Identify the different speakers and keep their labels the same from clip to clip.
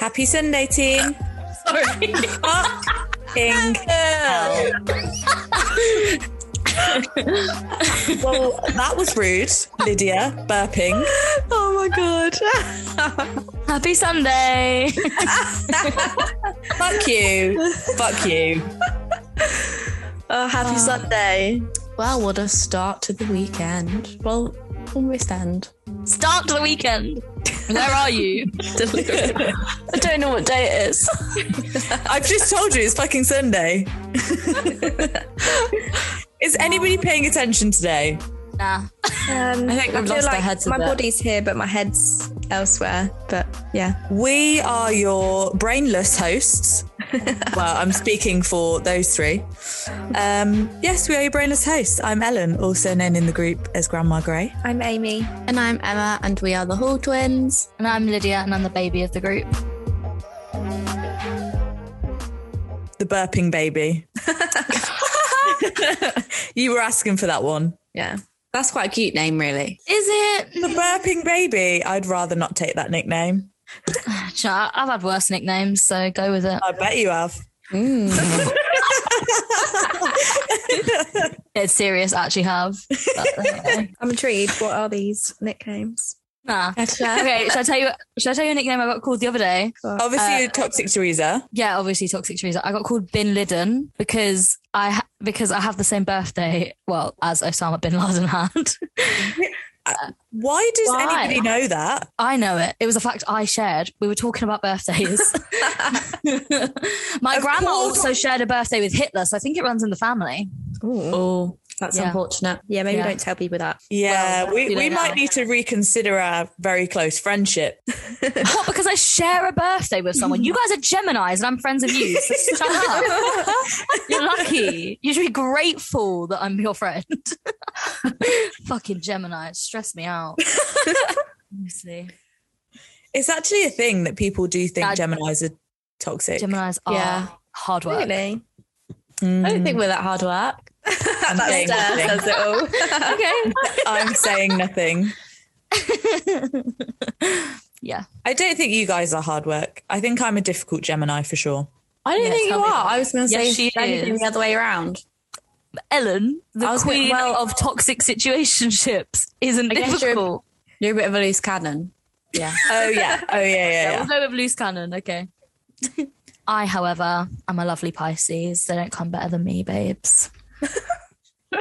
Speaker 1: Happy Sunday, team.
Speaker 2: Sorry.
Speaker 1: King. well, that was rude, Lydia, burping.
Speaker 2: oh my god. Happy Sunday.
Speaker 1: Fuck you. Fuck you.
Speaker 3: Oh, happy
Speaker 2: Ah.
Speaker 3: Sunday.
Speaker 2: Well, what a start to the weekend. Well, almost end. Start to the weekend. Where are you? I don't know what day it is.
Speaker 1: I've just told you it's fucking Sunday. Is anybody paying attention today?
Speaker 2: Nah.
Speaker 3: Um,
Speaker 2: I think we've
Speaker 3: feel
Speaker 2: lost our
Speaker 3: like
Speaker 2: heads a
Speaker 3: My
Speaker 2: bit.
Speaker 3: body's here, but my head's elsewhere. But yeah.
Speaker 1: We are your brainless hosts. well, I'm speaking for those three. Um, yes, we are your brainless hosts. I'm Ellen, also known in the group as Grandma Grey.
Speaker 3: I'm Amy.
Speaker 2: And I'm Emma, and we are the Hall twins.
Speaker 4: And I'm Lydia, and I'm the baby of the group.
Speaker 1: the burping baby. you were asking for that one.
Speaker 3: Yeah.
Speaker 2: That's quite a cute name, really.
Speaker 4: Is
Speaker 1: The
Speaker 4: it?
Speaker 1: burping baby. I'd rather not take that nickname.
Speaker 4: Ch- I've had worse nicknames, so go with it.
Speaker 1: I bet you have.
Speaker 4: It's serious, I actually have. But, anyway.
Speaker 3: I'm intrigued. What are these nicknames?
Speaker 4: nah.
Speaker 3: Gotcha.
Speaker 4: Okay, should I tell you? Should I tell you a nickname I got called the other day?
Speaker 1: Obviously,
Speaker 4: Uh,
Speaker 1: you're toxic Teresa.
Speaker 4: Yeah, obviously toxic Teresa. I got called Bin Laden because I ha- because I have the same birthday, well, as Osama bin Laden had.
Speaker 1: Why does
Speaker 4: why?
Speaker 1: anybody know that?
Speaker 4: I know it. It was a fact I shared. We were talking about birthdays. My
Speaker 1: Of
Speaker 4: grandma
Speaker 1: course.
Speaker 4: also shared a birthday with Hitler, so I think it runs in the family.
Speaker 3: Ooh.
Speaker 2: Oh, that's
Speaker 4: Yeah.
Speaker 2: unfortunate.
Speaker 3: Yeah, maybe
Speaker 4: Yeah.
Speaker 3: don't tell people that.
Speaker 1: Yeah,
Speaker 4: Well,
Speaker 1: we,
Speaker 4: you know
Speaker 1: we
Speaker 4: now.
Speaker 1: might need to reconsider our very close friendship.
Speaker 4: What? Because I share a birthday with someone. You guys are Geminis and I'm friends of you. So shut up. You're lucky. You should be grateful that I'm your friend. Fucking Gemini. It stressed me out. Honestly.
Speaker 1: It's actually a thing that people do think
Speaker 4: Bad-
Speaker 1: Geminis are toxic.
Speaker 4: Geminis are
Speaker 2: Yeah.
Speaker 4: hard work.
Speaker 3: Really?
Speaker 1: Mm,
Speaker 2: I
Speaker 4: Oh.
Speaker 2: don't think we're that hard work.
Speaker 1: I'm, saying nothing.
Speaker 3: it all.
Speaker 4: Okay.
Speaker 1: I'm saying nothing.
Speaker 4: Yeah.
Speaker 1: I don't think you guys are hard work. I think I'm a difficult Gemini for sure.
Speaker 2: I don't
Speaker 4: Yeah,
Speaker 2: think you
Speaker 4: tell me
Speaker 2: are.
Speaker 4: about
Speaker 2: I was going to
Speaker 4: Yes,
Speaker 2: say
Speaker 4: she
Speaker 2: if anything
Speaker 4: is.
Speaker 2: the other way around.
Speaker 4: Ellen, the
Speaker 2: I was gonna-
Speaker 4: queen
Speaker 2: well-
Speaker 4: of toxic situationships, isn't
Speaker 2: I guess you're-
Speaker 4: difficult.
Speaker 2: You're a bit of a loose cannon. Yeah.
Speaker 1: Oh yeah. Oh yeah. Yeah.
Speaker 4: Yeah,
Speaker 1: yeah.
Speaker 4: we'll go with loose cannon. Okay. I, however, am a lovely Pisces. They don't come better than me, babes.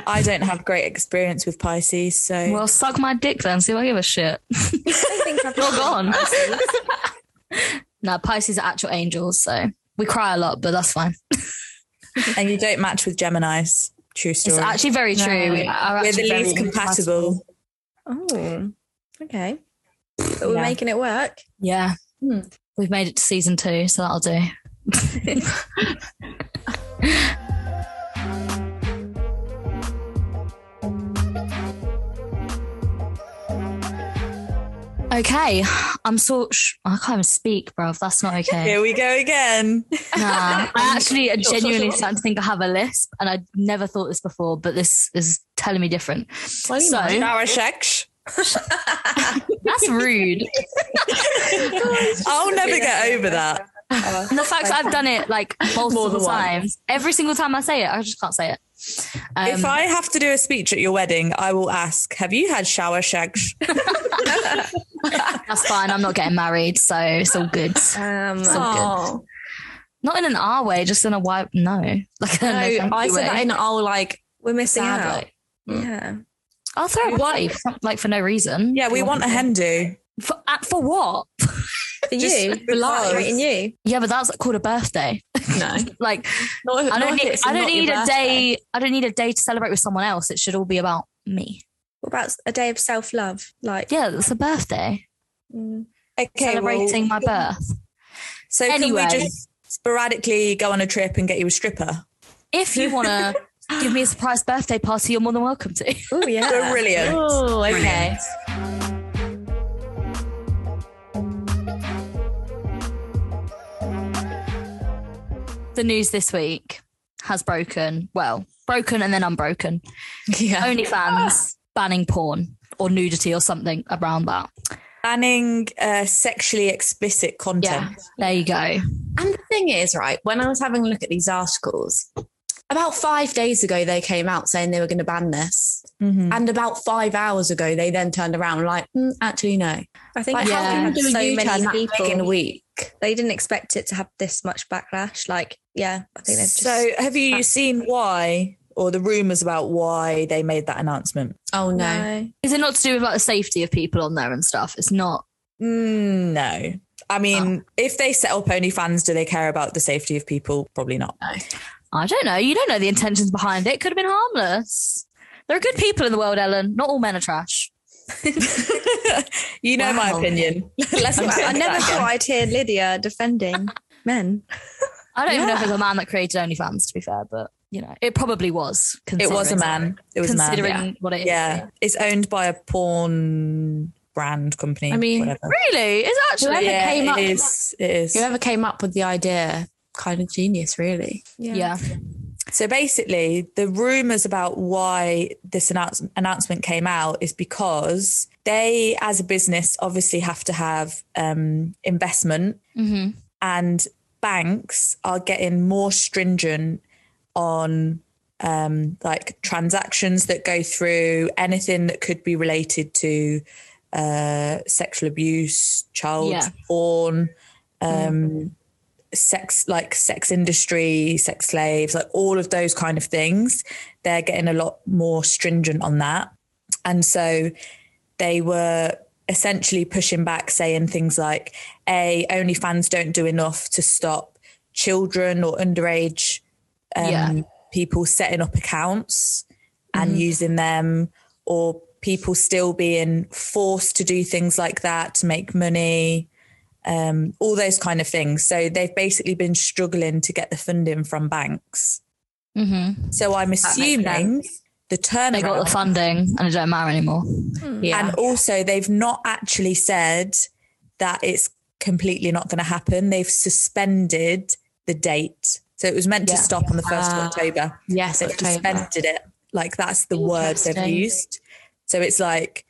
Speaker 1: I don't have great experience with Pisces, so
Speaker 4: Well, suck my dick then. See if I give a shit.
Speaker 3: I think I've
Speaker 4: You're gone. no, Pisces are actual angels, so we cry a lot, but that's fine.
Speaker 1: and you don't match with Gemini's. True
Speaker 4: It's
Speaker 1: story.
Speaker 4: actually very
Speaker 2: No,
Speaker 4: true. we are
Speaker 1: We're the
Speaker 4: actually very
Speaker 1: least compatible.
Speaker 3: Oh, okay. But we're
Speaker 4: Yeah.
Speaker 3: making it work.
Speaker 4: Yeah.
Speaker 2: Hmm.
Speaker 4: We've made it to season two, so that'll do. okay. I'm so. Sh- I can't even speak, bruv. That's not okay.
Speaker 1: Here we go again.
Speaker 4: Nah, I actually are
Speaker 2: Sure, sure,
Speaker 4: genuinely
Speaker 2: sure.
Speaker 4: starting to think I have a lisp, and I never thought this before, but this is telling me different.
Speaker 2: you
Speaker 4: so
Speaker 2: might.
Speaker 1: Shower Sheksh.
Speaker 4: that's rude.
Speaker 1: I'll never get over that.
Speaker 3: Oh.
Speaker 4: And the fact that I've done it like multiple
Speaker 1: than once.
Speaker 4: times, every single time I say it, I just can't say it. Um,
Speaker 1: if I have to do a speech at your wedding, I will ask, "Have you had shower Sheksh?"
Speaker 4: that's fine. I'm not getting married, so it's all good.
Speaker 3: Um,
Speaker 4: So good. Not in an R way, just in a Y. No, like
Speaker 2: No,
Speaker 4: a no,
Speaker 2: I
Speaker 4: thank you
Speaker 2: said that
Speaker 4: way.
Speaker 2: in all like
Speaker 3: we're missing
Speaker 2: sad
Speaker 3: out.
Speaker 2: way.
Speaker 3: Yeah.
Speaker 4: I'll throw a party, for some- like for no reason.
Speaker 1: Yeah, we
Speaker 4: You
Speaker 1: want a hen do.
Speaker 4: for, uh, for what?
Speaker 3: For
Speaker 1: Just
Speaker 3: you, for
Speaker 1: because.
Speaker 3: celebrating you.
Speaker 4: Yeah, but that's called a birthday.
Speaker 2: No,
Speaker 4: Like
Speaker 2: Not if-
Speaker 4: I
Speaker 2: not
Speaker 4: don't
Speaker 2: if
Speaker 4: need.
Speaker 2: it's
Speaker 4: I
Speaker 2: not
Speaker 4: don't
Speaker 2: your
Speaker 4: need a
Speaker 2: birthday.
Speaker 4: day. I don't need a day to celebrate with someone else. It should all be about me.
Speaker 3: What about a day of self love? Like,
Speaker 4: Yeah, it's a birthday.
Speaker 3: mm,
Speaker 1: Okay, well,
Speaker 4: Celebrating my birth.
Speaker 1: So
Speaker 4: Anyway.
Speaker 1: can we just sporadically go on a trip and get you a stripper?
Speaker 4: If you want to give me a surprise birthday party, you're more than welcome to.
Speaker 3: oh, yeah.
Speaker 1: Brilliant.
Speaker 2: Oh, okay.
Speaker 4: The news this week has broken, well, broken and then unbroken.
Speaker 1: Yeah.
Speaker 5: Um,
Speaker 4: OnlyFans banning porn or nudity or something around that.
Speaker 1: Banning uh, sexually explicit content.
Speaker 4: There you go.
Speaker 5: And the thing is, right, when I was having a look at these articles, about five days ago, they came out saying they were going to ban this.
Speaker 3: Mm.
Speaker 1: Mhm.
Speaker 5: And about five hours ago, they then turned around and like, "Mm, actually, no.
Speaker 3: I think
Speaker 5: Like,
Speaker 3: yeah,
Speaker 5: how can you do a
Speaker 3: so
Speaker 5: U-turn
Speaker 3: many
Speaker 5: that big
Speaker 3: people.
Speaker 5: in a week?
Speaker 3: they didn't expect it to have this much backlash. Like, yeah, I think they've just.
Speaker 1: So, have you seen why or the rumors about why they made that announcement?
Speaker 5: Oh, no.
Speaker 4: Is it not to do with like the safety of people on there and stuff? It's not.
Speaker 1: Mm, no. I mean, if they set up OnlyFans, do they care about the safety of people? Probably not.
Speaker 4: I don't know. You don't know the intentions behind it. It Could have been harmless. There are good people in the world, Ellen. Not all men are trash.
Speaker 1: you know my
Speaker 4: Wow.
Speaker 1: opinion. Let's not
Speaker 3: I
Speaker 1: say
Speaker 3: never
Speaker 1: that
Speaker 3: thought
Speaker 1: again.
Speaker 3: I'd hear Lydia defending men.
Speaker 4: I don't even know if it was a man that created OnlyFans, to be fair, but you know, it probably was.
Speaker 1: It was a
Speaker 4: considering-
Speaker 1: man. It was a man.
Speaker 4: Considering
Speaker 1: Yeah.
Speaker 4: what it is.
Speaker 1: Yeah. It's owned by a porn brand company.
Speaker 5: I mean,
Speaker 1: whatever.
Speaker 4: Really? It's
Speaker 5: Whoever
Speaker 4: actually.
Speaker 1: yeah,
Speaker 5: came
Speaker 1: it
Speaker 5: up-
Speaker 1: is. It is.
Speaker 5: Whoever came up with the idea, kind of genius, really.
Speaker 4: Yeah.
Speaker 1: So basically, the rumors about why this announce- announcement came out is because they, as a business, obviously have to have um, investment,
Speaker 4: hmm
Speaker 1: and banks are getting more stringent on um, like transactions that go through anything that could be related to uh, sexual abuse, child
Speaker 4: Yeah.
Speaker 1: porn. Um, sex like sex industry sex slaves like all of those kind of things they're getting a lot more stringent on that and so they were essentially pushing back saying things like a onlyfans don't do enough to stop children or underage um,
Speaker 4: Yeah. Mm-hmm.
Speaker 1: people setting up accounts and using them or people still being forced to do things like that to make money um, all those kind of things. So they've basically been struggling to get the funding from banks.
Speaker 4: hmm
Speaker 1: So I'm assuming the turnaround.
Speaker 4: They got the funding and it don't matter anymore.
Speaker 3: Hmm.
Speaker 4: Yeah.
Speaker 1: And also, they've not actually said that it's completely not going to happen. They've suspended the date. So it was meant to
Speaker 4: Yeah.
Speaker 1: stop on the 1st
Speaker 5: Ah.
Speaker 1: of October.
Speaker 5: Yes,
Speaker 1: They've
Speaker 5: October.
Speaker 1: suspended it. Like that's the word they've
Speaker 5: Interesting.
Speaker 1: used. So it's like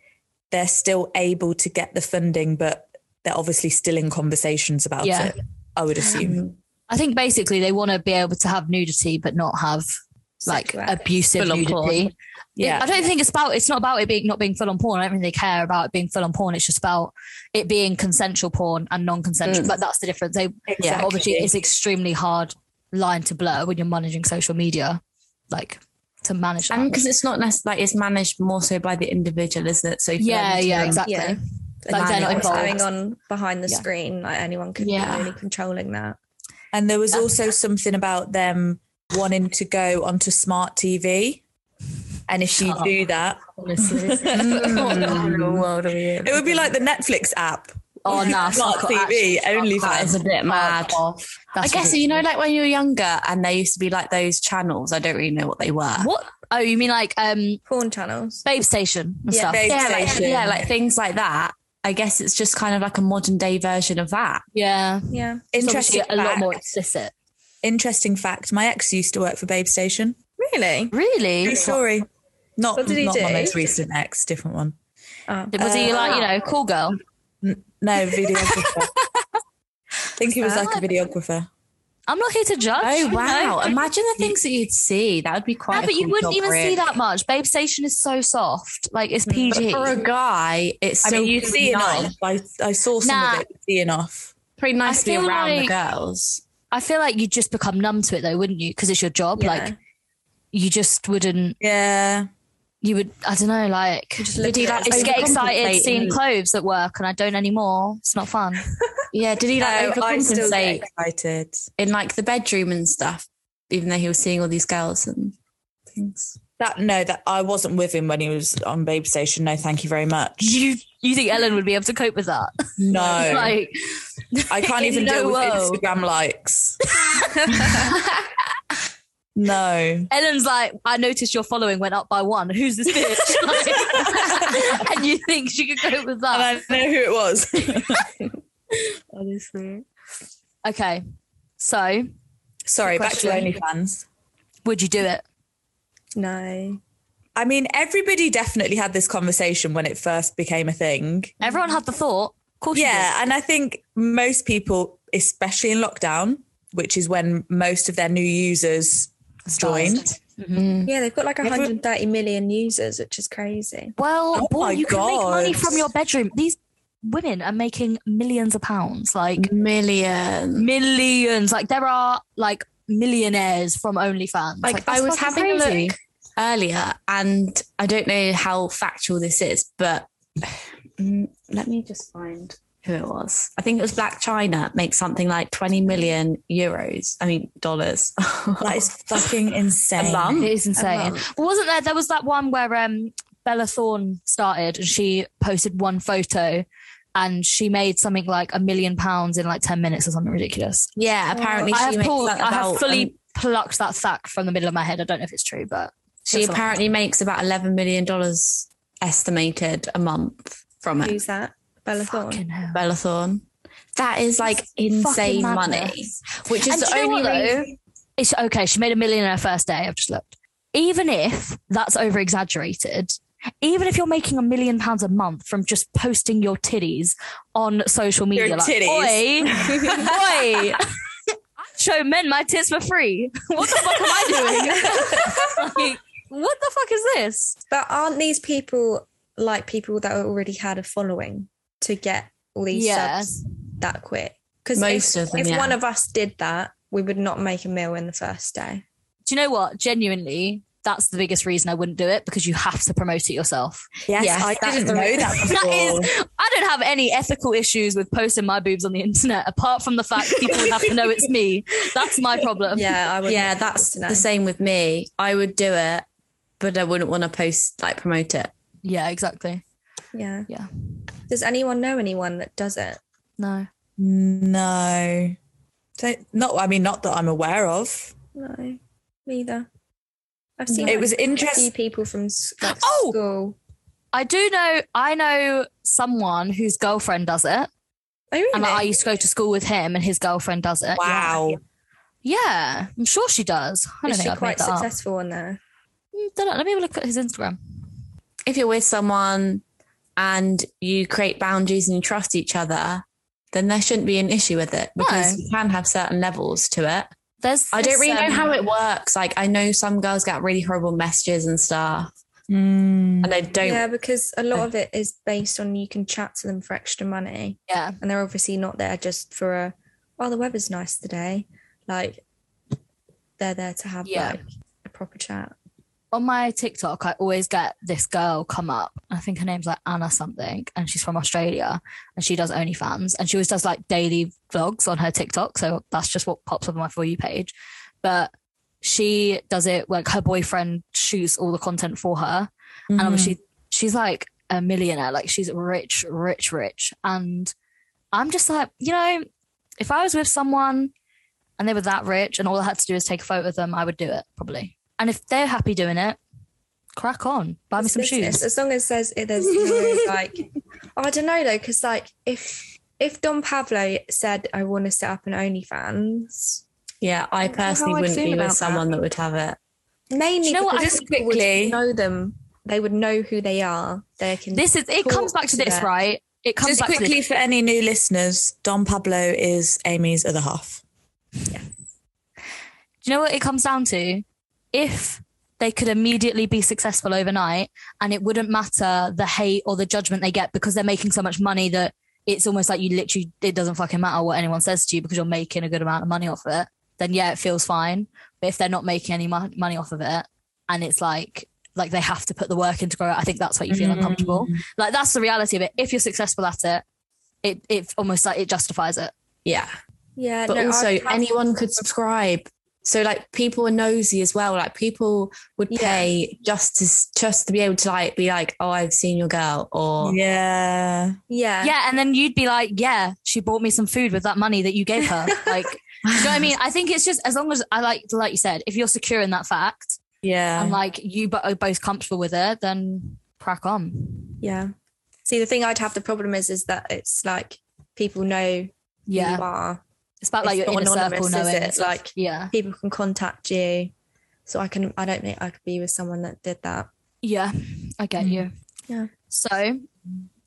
Speaker 1: they're still able to get the funding, but they're obviously still in conversations about
Speaker 4: Yeah.
Speaker 1: it. I would assume.
Speaker 3: Um,
Speaker 4: I think basically they want to be able to have nudity but not have like
Speaker 3: Sexual act.
Speaker 4: abusive
Speaker 2: Full-on porn.
Speaker 4: nudity.
Speaker 1: Yeah.
Speaker 4: I don't think it's about it's not about it being not being full on porn. I don't think they care about it being full on porn. It's just about it being consensual porn and non consensual. But that's the difference. They
Speaker 1: Exactly.
Speaker 4: obviously it's extremely hard line to blur when you're managing social media, like to manage. That.
Speaker 5: And because it's not necessarily, like, it's managed more so by the individual, isn't it? So for them
Speaker 4: yeah,
Speaker 5: to,
Speaker 4: yeah,
Speaker 5: like,
Speaker 4: exactly.
Speaker 3: Yeah.
Speaker 4: Like they're not
Speaker 3: What's
Speaker 4: involved.
Speaker 3: going on behind the
Speaker 4: Yeah.
Speaker 3: screen? Like anyone could
Speaker 4: Yeah.
Speaker 3: be really controlling that.
Speaker 1: And there was also something about them wanting to go onto smart TV. And if you
Speaker 4: Shut
Speaker 1: do that,
Speaker 5: Mm. World of you.
Speaker 1: it would be like the Netflix app.
Speaker 4: Oh, no,
Speaker 1: smart
Speaker 4: fuck,
Speaker 1: TV, only
Speaker 5: That is
Speaker 1: fans.
Speaker 5: a bit mad.
Speaker 4: Off.
Speaker 5: I
Speaker 4: That's
Speaker 5: guess you know, like when you were younger, and there used to be like those channels. I don't really know what they were.
Speaker 4: what? Oh, you mean like um,
Speaker 3: Porn channels.
Speaker 4: Babe Station and
Speaker 3: Yeah,
Speaker 4: stuff?
Speaker 1: Babe
Speaker 5: Yeah, like,
Speaker 1: Station.
Speaker 5: yeah, like things like that. I guess it's just kind of like a modern day version of that.
Speaker 4: yeah,
Speaker 3: Yeah.
Speaker 4: It's
Speaker 1: interesting
Speaker 4: obviously a lot
Speaker 1: fact.
Speaker 4: more explicit.
Speaker 1: Interesting fact. My ex used to work for Babe Station.
Speaker 3: Really?
Speaker 4: Really?
Speaker 1: True story. Not,
Speaker 3: What did he
Speaker 1: not my
Speaker 3: do?
Speaker 1: most recent ex, different one.
Speaker 3: Oh.
Speaker 4: Was
Speaker 5: Uh,
Speaker 4: he like, you know, cool girl?
Speaker 1: No, videographer. I think he was
Speaker 3: Sad.
Speaker 1: like a videographer.
Speaker 4: I'm not here to judge.
Speaker 5: Oh
Speaker 4: you know.
Speaker 5: wow! Imagine the things that you'd see. That would be quite.
Speaker 4: Yeah,
Speaker 5: a
Speaker 4: but you
Speaker 5: cool
Speaker 4: wouldn't
Speaker 5: job,
Speaker 4: even
Speaker 5: really.
Speaker 4: see that much. Babe Station is so soft. Like, it's
Speaker 5: Mm, But
Speaker 4: PG.
Speaker 5: for a guy, it's
Speaker 1: I
Speaker 5: so
Speaker 1: mean, you see
Speaker 5: nice.
Speaker 1: enough. I, I saw some
Speaker 4: Nah.
Speaker 1: of it seeing off.
Speaker 5: Pretty
Speaker 4: I
Speaker 5: nice to be
Speaker 4: feel
Speaker 5: around
Speaker 4: like-
Speaker 5: the girls.
Speaker 4: I feel like you'd just become numb to it, though, wouldn't you? Because it's your job.
Speaker 3: Yeah.
Speaker 4: Like, you just wouldn't,
Speaker 1: Yeah.
Speaker 4: you would, I don't know, like,
Speaker 3: Just look
Speaker 5: he,
Speaker 3: at
Speaker 5: like,
Speaker 3: it.
Speaker 4: I used to get excited
Speaker 5: overcompensate
Speaker 4: seeing
Speaker 5: and-
Speaker 4: clothes at work, and I don't anymore. It's not fun.
Speaker 5: Yeah, did he like
Speaker 1: No, I still
Speaker 5: overcompensate
Speaker 1: get excited.
Speaker 5: in like the bedroom and stuff? Even though he was seeing all these girls and things.
Speaker 1: That no, that I wasn't with him when he was on Babe Station. No, thank you very much.
Speaker 4: You you think Ellen would be able to cope with that?
Speaker 1: No,
Speaker 5: Oh.
Speaker 4: like,
Speaker 1: I can't
Speaker 4: in
Speaker 1: even deal
Speaker 4: no
Speaker 1: with
Speaker 4: world.
Speaker 1: Instagram likes. no,
Speaker 4: Ellen's like, I noticed your following went up by one. Who's this bitch? Like, and you think she could cope with that?
Speaker 1: and I know who it was.
Speaker 4: Okay. So
Speaker 1: Sorry, back to OnlyFans.
Speaker 4: Would you do it?
Speaker 3: No.
Speaker 1: I mean, everybody definitely had this conversation when it first became a thing.
Speaker 4: Everyone had the thought. Of course
Speaker 1: Yeah, and I think most people, especially in lockdown, which is when most of their new users
Speaker 4: Started.
Speaker 1: joined.
Speaker 5: Mm.
Speaker 3: Yeah, they've got like
Speaker 1: Everyone-
Speaker 3: 130 million users, which is crazy.
Speaker 4: Well,
Speaker 1: Oh
Speaker 4: boy,
Speaker 1: my
Speaker 4: you can make money
Speaker 1: God.
Speaker 4: from your bedroom. These women are making millions of pounds, like
Speaker 5: Million.
Speaker 4: millions. Like there are like millionaires from OnlyFans.
Speaker 5: Like, I
Speaker 4: that's
Speaker 5: was
Speaker 4: fucking
Speaker 5: having a
Speaker 4: crazy.
Speaker 5: look earlier, and I don't know how factual this is, but Mm, let me just find who it was. I think it was Black China makes something like 20 million euros. I mean, dollars.
Speaker 1: That is fucking insane.
Speaker 5: A month?
Speaker 4: It is insane. Well, wasn't there? There was that one where um, Bella Thorne started and she posted one photo and she made something like a million pounds in like 10 minutes or something ridiculous.
Speaker 5: yeah, apparently
Speaker 4: Oh, I
Speaker 5: she
Speaker 4: have,
Speaker 5: makes
Speaker 4: pulled,
Speaker 5: like
Speaker 4: I have
Speaker 5: about-
Speaker 4: fully
Speaker 5: um,
Speaker 4: plucked that fact from the middle of my head. I don't know if it's true, but
Speaker 5: she
Speaker 4: That's a lot.
Speaker 5: apparently makes about 11 million dollars estimated a month from it.
Speaker 3: Who's that? Bella Thorne.
Speaker 4: fucking hell.
Speaker 5: Bella Thorne. That is like
Speaker 4: Fucking
Speaker 5: insane
Speaker 4: madness.
Speaker 5: money, which is
Speaker 4: And
Speaker 5: the
Speaker 4: do you know
Speaker 5: only
Speaker 4: what, though?
Speaker 5: reason-
Speaker 4: It's okay. She made a million in her first day. I've just looked. Even if that's over exaggerated, even if you're making a million pounds a month from just posting your titties on social media,
Speaker 1: Your
Speaker 4: like,
Speaker 1: titties.
Speaker 4: oi, oi. I show men my tits for free. What the fuck am I doing? like, what the fuck is this?
Speaker 3: But aren't these people like people that already had a following to get all these
Speaker 4: Yeah.
Speaker 3: subs that quick? Because
Speaker 5: Most
Speaker 3: if,
Speaker 5: of them,
Speaker 3: if
Speaker 5: yeah.
Speaker 3: one of us did that, we would not make a meal in the first day.
Speaker 4: Do you know what? Genuinely, that's the biggest reason I wouldn't do it because you have to promote it yourself.
Speaker 1: Yes,
Speaker 5: Yes,
Speaker 1: I
Speaker 5: that's
Speaker 1: didn't
Speaker 5: the
Speaker 1: know
Speaker 5: reason.
Speaker 1: that
Speaker 4: That
Speaker 1: before.
Speaker 4: is, I don't have any ethical issues with posting my boobs on the internet, apart from the fact people would have to know it's me. That's my problem.
Speaker 3: Yeah, I would.
Speaker 5: yeah, that's
Speaker 3: No.
Speaker 5: the same with me. I would do it, but I wouldn't want to post like promote it.
Speaker 4: Yeah, exactly.
Speaker 3: Yeah.
Speaker 4: Yeah.
Speaker 3: Does anyone know anyone that does it?
Speaker 4: No.
Speaker 1: No. Don't, not, I mean, not that I'm aware of.
Speaker 3: No, neither. I've seen
Speaker 1: It was
Speaker 3: a few
Speaker 1: interesting.
Speaker 3: people from s- like,
Speaker 4: Oh!
Speaker 3: school.
Speaker 4: I do know, I know someone whose girlfriend does it.
Speaker 3: Oh, really?
Speaker 4: And like, I used to go to school with him, and his girlfriend does it.
Speaker 1: Wow.
Speaker 4: Yeah, Yeah, I'm sure she does. I don't
Speaker 3: Is
Speaker 4: think
Speaker 3: she
Speaker 4: I've made
Speaker 3: quite
Speaker 4: that up.
Speaker 3: successful on there?
Speaker 4: Mm, Don't know. Let me have a look at his Instagram.
Speaker 5: If you're with someone and you create boundaries and you trust each other, then there shouldn't be an issue with it because you can have certain levels to it.
Speaker 4: There's.
Speaker 5: I don't
Speaker 4: this,
Speaker 5: really know
Speaker 4: um,
Speaker 5: how it works. Like I know some girls get really horrible messages and stuff,
Speaker 1: Mm.
Speaker 5: and I don't.
Speaker 3: Yeah, because a lot of it is based on you can chat to them for extra money,
Speaker 4: Yeah.
Speaker 3: and they're obviously not there just for a. Oh, the weather's nice today. Like, they're there to have
Speaker 4: Yeah.
Speaker 3: like a proper chat.
Speaker 4: on my TikTok, I always get this girl come up. I think her name's like Anna something, and she's from Australia, and she does OnlyFans, and she always does like daily vlogs on her TikTok. So that's just what pops up on my for you page. But she does it like her boyfriend shoots all the content for her, and obviously she's like a millionaire, like she's rich, rich, rich. And I'm just like, you know, if I was with someone and they were that rich and all I had to do is take a photo of them, I would do it probably. And if they're happy doing it, crack on, buy me
Speaker 3: It's
Speaker 4: some
Speaker 3: business,
Speaker 4: shoes.
Speaker 3: As long as there's it- there's no, like, oh, I don't know though, because like if if Don Pablo said I want to set up an OnlyFans,
Speaker 5: yeah, I
Speaker 3: don't know how
Speaker 5: personally
Speaker 3: I'd
Speaker 5: wouldn't
Speaker 3: feel
Speaker 5: be
Speaker 3: about
Speaker 5: with
Speaker 3: that.
Speaker 5: someone that would have it.
Speaker 3: mainly
Speaker 4: you know what? I
Speaker 3: because
Speaker 4: think
Speaker 3: people would
Speaker 1: quickly-
Speaker 3: know them, they would know who they are. They can.
Speaker 4: This is it
Speaker 3: Talk
Speaker 4: comes back to
Speaker 3: to
Speaker 4: this,
Speaker 3: them.
Speaker 4: right? It comes
Speaker 1: Just
Speaker 4: back to this.
Speaker 1: quickly for any new listeners, Don Pablo is Amy's other half.
Speaker 4: Do you know what it comes down to? If they could immediately be successful overnight and it wouldn't matter the hate or the judgment they get because they're making so much money that it's almost like you literally, it doesn't fucking matter what anyone says to you because you're making a good amount of money off it, then yeah, it feels fine. But if they're not making any mon- money off of it and it's like, like they have to put the work in to grow it, I think that's what you feel uncomfortable. Like that's the reality of it. If you're successful at it, it, it almost like it justifies it.
Speaker 5: Yeah,
Speaker 3: yeah,
Speaker 5: but
Speaker 3: no,
Speaker 5: also
Speaker 3: I'd have-
Speaker 5: anyone could subscribe. So like people are nosy as well. Like people would
Speaker 3: Yeah.
Speaker 5: pay just to s- just to be able to like be like, oh, I've seen your girl,
Speaker 1: Oh.
Speaker 5: or
Speaker 1: Yeah.
Speaker 3: Yeah,
Speaker 4: yeah and then you'd be like yeah she bought me some food with that money that you gave her like do you know what i mean i think it's just as long as i like like you said if you're secure in that fact
Speaker 1: Yeah.
Speaker 4: and like you bo- are both comfortable with it then crack on
Speaker 3: Yeah. See, the thing I'd have the problem is, is that it's like people know who
Speaker 4: yeah
Speaker 3: you are.
Speaker 4: it's about like
Speaker 3: It's
Speaker 4: your
Speaker 3: not
Speaker 4: inner circle
Speaker 3: anonymous, is
Speaker 4: knowing
Speaker 3: it?
Speaker 4: and stuff.
Speaker 3: Like-
Speaker 4: yeah
Speaker 3: People can contact you. So I can I don't think I could be with someone that did that.
Speaker 4: Yeah, I get
Speaker 1: Mm.
Speaker 4: you.
Speaker 3: Yeah.
Speaker 4: So,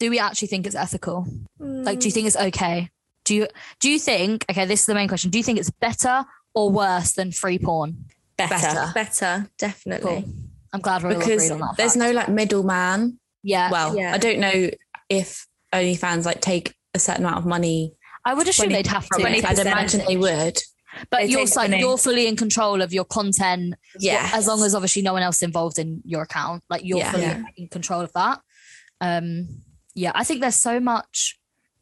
Speaker 4: do we actually think it's ethical? Like, do you think it's okay? Do you do you think? Okay, this is the main question. Do you think it's better or worse than free porn?
Speaker 1: Better.
Speaker 4: Better.
Speaker 3: better? Definitely.
Speaker 4: Cool. I'm glad we're all
Speaker 5: because
Speaker 4: agreed on that.
Speaker 5: there's
Speaker 4: fact.
Speaker 5: no like middleman.
Speaker 4: yeah.
Speaker 5: Well,
Speaker 3: yeah.
Speaker 5: I don't know if OnlyFans like take a certain amount of money.
Speaker 4: I would assume they'd have
Speaker 5: to
Speaker 4: to,
Speaker 5: it. I'd imagine they would.
Speaker 4: but
Speaker 1: They
Speaker 4: you're
Speaker 1: take
Speaker 4: like
Speaker 1: money.
Speaker 4: you're fully in control of your content,
Speaker 5: Yeah.
Speaker 4: as long as obviously no one else involved in your account. Like you're
Speaker 5: Yeah.
Speaker 4: fully
Speaker 3: Yeah.
Speaker 4: in control of that. Um, yeah, I think there's so much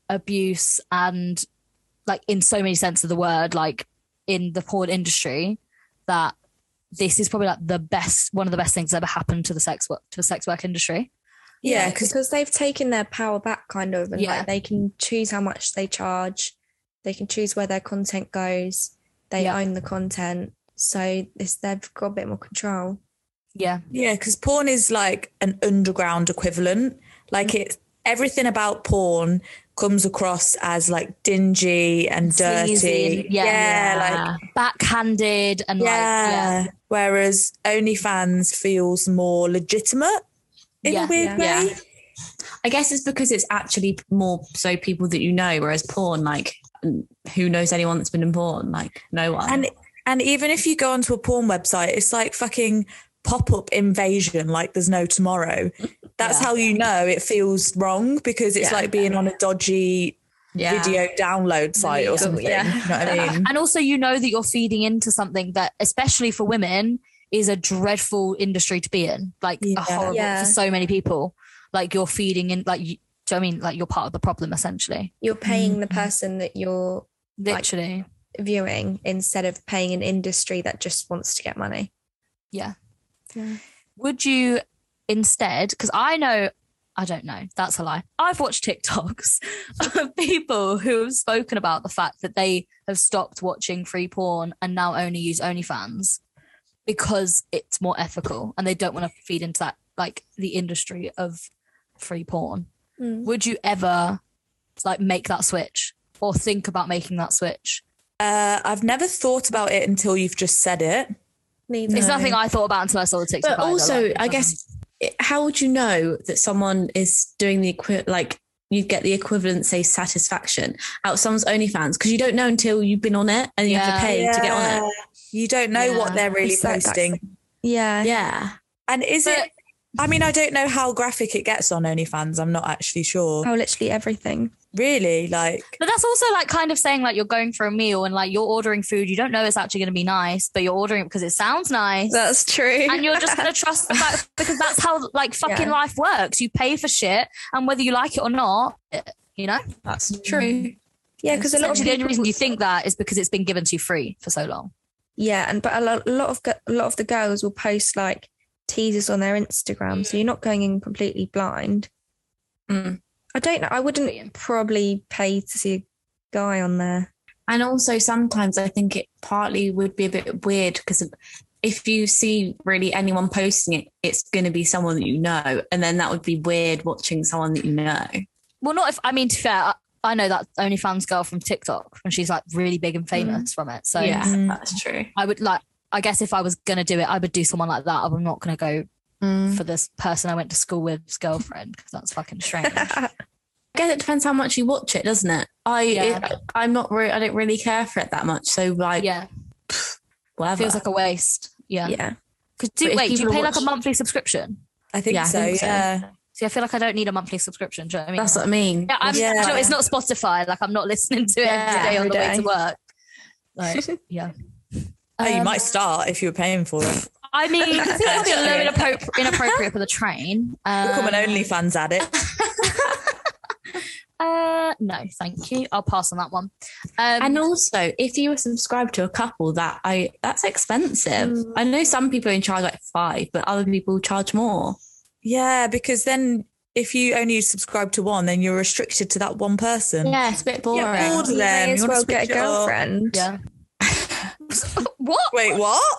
Speaker 4: abuse and like in so many sense of the word, like in the porn industry, that this is probably like the best one of the best things that ever happened to the sex work to the sex work industry.
Speaker 1: Yeah,
Speaker 3: Yeah,
Speaker 1: 'cause-
Speaker 3: because they've taken their power back, kind of, and
Speaker 4: Yeah.
Speaker 3: like they can choose how much they charge, they can choose where their content goes, they
Speaker 4: Yeah.
Speaker 3: own the content, so it's they've got a bit more control.
Speaker 4: Yeah.
Speaker 1: Yeah, because porn is like an underground equivalent. Like it's everything about porn comes across as like dingy and dirty.
Speaker 4: Sleazy and- yeah,
Speaker 1: like
Speaker 4: Backhanded and like
Speaker 1: yeah. Whereas OnlyFans feels more legitimate in
Speaker 4: Yeah,
Speaker 1: a weird
Speaker 5: yeah.
Speaker 1: way.
Speaker 5: I guess it's because it's actually more so people that you know, whereas porn, like who knows anyone that's been in porn? Like no one.
Speaker 1: And and even if you go onto a porn website, it's like fucking pop-up invasion, like there's no tomorrow. That's
Speaker 4: Yeah.
Speaker 1: how you know it feels wrong because it's
Speaker 5: Yeah.
Speaker 1: like being on a dodgy
Speaker 5: yeah.
Speaker 1: video download site or
Speaker 5: Illegal,
Speaker 1: something.
Speaker 5: yeah.
Speaker 1: You know what I mean?
Speaker 4: and also you know that you're feeding into something that especially for women is a dreadful industry to be in like
Speaker 1: Yeah.
Speaker 4: a horrible
Speaker 3: Yeah.
Speaker 4: for so many people like you're feeding in like you, do you know what I mean like you're part of the problem essentially
Speaker 3: You're paying
Speaker 4: Mm-hmm.
Speaker 3: the person that you're Like-
Speaker 4: literally
Speaker 3: viewing instead of paying an industry that just wants to get money.
Speaker 4: would you instead because i know i don't know that's a lie i've watched tiktoks of people who have spoken about the fact that they have stopped watching free porn and now only use onlyfans because it's more ethical and they don't want to feed into that like the industry of free porn would you ever like make that switch or think about making that switch
Speaker 1: Uh, I've never thought about it until you've just said it.
Speaker 3: Neither.
Speaker 4: it's nothing i thought about until i saw the tiktok
Speaker 5: but
Speaker 4: either,
Speaker 5: also,
Speaker 4: like,
Speaker 5: I guess it- how would you know that someone is doing the equi- like you get the equivalent, say, satisfaction out someone's OnlyFans because you don't know until you've been on it and you have
Speaker 4: Yeah.
Speaker 5: to pay to get on
Speaker 1: You don't know what
Speaker 4: Yeah.
Speaker 1: they're really
Speaker 3: It's like that-
Speaker 1: posting.
Speaker 3: Yeah.
Speaker 5: it. Yeah,
Speaker 1: and is
Speaker 4: But-
Speaker 1: it? I mean, I don't know how graphic it gets on OnlyFans. I'm not actually sure.
Speaker 3: Oh, literally everything.
Speaker 1: Really, like
Speaker 4: But that's also like kind of saying like you're going for a meal and like you're ordering food. You don't know it's actually going to be nice, but you're ordering it because it sounds nice.
Speaker 3: That's true.
Speaker 4: and you're just going to trust the fact because that's how like fucking
Speaker 3: Yeah.
Speaker 4: life works. You pay for shit and whether you like it or not, it- you know?
Speaker 5: that's true.
Speaker 3: yeah, because a lot of
Speaker 4: Essentially, the only
Speaker 3: people
Speaker 4: reason you think that is because it's been given to you free for so long.
Speaker 3: Yeah, and but a lot, a lot of gu- a lot of the girls will post like teasers on their Instagram, so you're not going in completely blind.
Speaker 5: Mm.
Speaker 3: I don't know. I wouldn't probably pay to see a guy on there.
Speaker 5: And also, sometimes I think it partly would be a bit weird because if you see really anyone posting it, it's going to be someone that you know, and then that would be weird watching someone that you know.
Speaker 4: Well, not if I mean to be fair. I, I know that OnlyFans girl from TikTok and she's like really big and famous from it. So
Speaker 5: yeah,
Speaker 1: Mm.
Speaker 5: that's true.
Speaker 4: I would like. I guess if I was gonna do it, I would do someone like that. I'm not gonna go for this person I went to school with's girlfriend because that's fucking strange.
Speaker 5: I guess it depends how much you watch it, doesn't it? I
Speaker 4: Yeah.
Speaker 5: it- I'm not re- I don't really care for it that much, so like
Speaker 4: yeah,
Speaker 5: whatever.
Speaker 4: feels like a waste. Yeah,
Speaker 3: Yeah,
Speaker 4: Cause do,
Speaker 5: But if
Speaker 4: wait, do you
Speaker 5: people
Speaker 4: pay
Speaker 5: watch-
Speaker 4: like a monthly subscription?
Speaker 1: I think
Speaker 5: Yeah, I
Speaker 1: so.
Speaker 5: think so.
Speaker 1: Yeah,
Speaker 4: See, I feel like I don't need a monthly subscription. Do you know what I mean?
Speaker 5: That's what I mean.
Speaker 4: yeah, I'm,
Speaker 1: Yeah.
Speaker 4: do you know, it's not Spotify. Like I'm not listening to it
Speaker 5: Yeah,
Speaker 4: every day on
Speaker 3: every
Speaker 4: the way
Speaker 3: day.
Speaker 4: to work. Like, yeah.
Speaker 1: oh, you
Speaker 4: Um,
Speaker 1: might start if you were paying for it.
Speaker 4: I mean, it's a little bit inappropri- inappropriate for the train. Um,
Speaker 1: Become an OnlyFans addict.
Speaker 4: Uh, no, thank you. I'll pass on that one. Um,
Speaker 5: And also, if you were subscribed to a couple, that I that's expensive.
Speaker 3: Mm.
Speaker 5: I know some people in charge like five, but other people charge more.
Speaker 1: Yeah, because then if you only subscribe to one, then you're restricted to that one person.
Speaker 5: Yeah, it's a bit boring.
Speaker 3: yeah.
Speaker 1: bored
Speaker 3: you
Speaker 1: of them.
Speaker 3: may
Speaker 1: You
Speaker 3: as
Speaker 1: wanna
Speaker 3: well get a
Speaker 1: switch it up.
Speaker 3: girlfriend.
Speaker 4: yeah. what?
Speaker 1: Wait, what?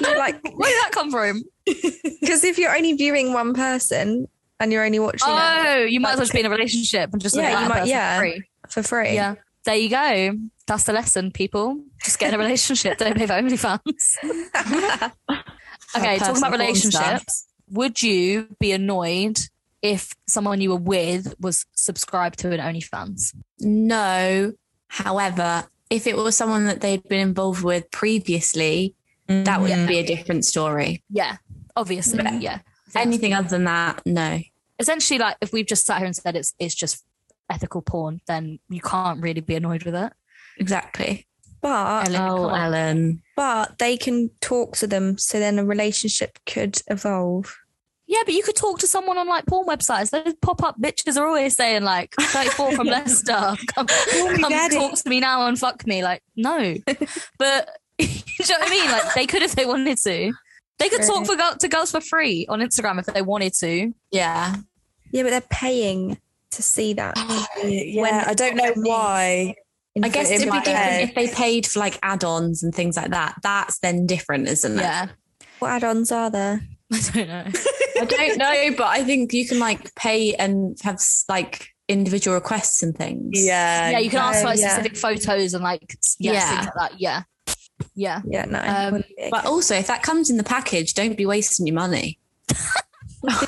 Speaker 3: You're like,
Speaker 4: Where did that come from?
Speaker 3: because if you're only viewing one person and you're only watching
Speaker 4: Oh, you might as well just be in a relationship and just look
Speaker 3: Yeah,
Speaker 4: at that
Speaker 3: you might-
Speaker 4: person for
Speaker 3: yeah.
Speaker 4: free.
Speaker 3: it for free,
Speaker 4: Yeah. there you go. That's the lesson, people. Just get in a relationship. Don't pay for OnlyFans. okay, talking
Speaker 5: Personal
Speaker 4: about
Speaker 5: porn stuff.
Speaker 4: relationships. Would you be annoyed if someone you were with was subscribed to an OnlyFans?
Speaker 5: No. However, if it was someone that they'd been involved with previously, that would be a different story.
Speaker 4: Yeah, obviously.
Speaker 5: Yeah.
Speaker 4: yeah.
Speaker 5: Anything other than that, no.
Speaker 4: essentially like if we've just sat here and said it's it's just ethical porn, then you can't really be annoyed with it.
Speaker 5: Exactly.
Speaker 3: But
Speaker 4: Ellen,
Speaker 5: oh,
Speaker 4: come on.
Speaker 5: Ellen.
Speaker 3: but they can talk to them, so then a relationship could evolve.
Speaker 4: Yeah, but you could talk to someone on like porn websites. Those pop-up bitches are always saying like 34 from Leicester. Come, come
Speaker 3: daddy.
Speaker 4: talk to me now and fuck me. Like, no. But you know what I mean? Like they could if they wanted to. They could talk for girl, to girls for free on Instagram if they wanted to.
Speaker 5: Yeah.
Speaker 3: Yeah, but they're paying to see that.
Speaker 4: Oh,
Speaker 1: yeah,
Speaker 3: When-
Speaker 1: I don't know why.
Speaker 5: I guess it'd
Speaker 1: in
Speaker 5: be
Speaker 1: my
Speaker 5: different
Speaker 1: head.
Speaker 5: if they paid for like add ons and things like that. That's then different, isn't it?
Speaker 4: Yeah.
Speaker 3: What add-ons are there?
Speaker 4: I don't know.
Speaker 5: I don't know, but I think you can like pay and have s- like individual requests and things.
Speaker 1: Yeah,
Speaker 4: yeah, you can ask for like,
Speaker 3: yeah.
Speaker 4: specific photos and like yeah,
Speaker 5: Yeah.
Speaker 4: things like that. Yeah. Yeah.
Speaker 3: Yeah, no.
Speaker 4: Um,
Speaker 3: wouldn't be
Speaker 5: But
Speaker 3: okay.
Speaker 5: also, if that comes in the package, don't be wasting your money.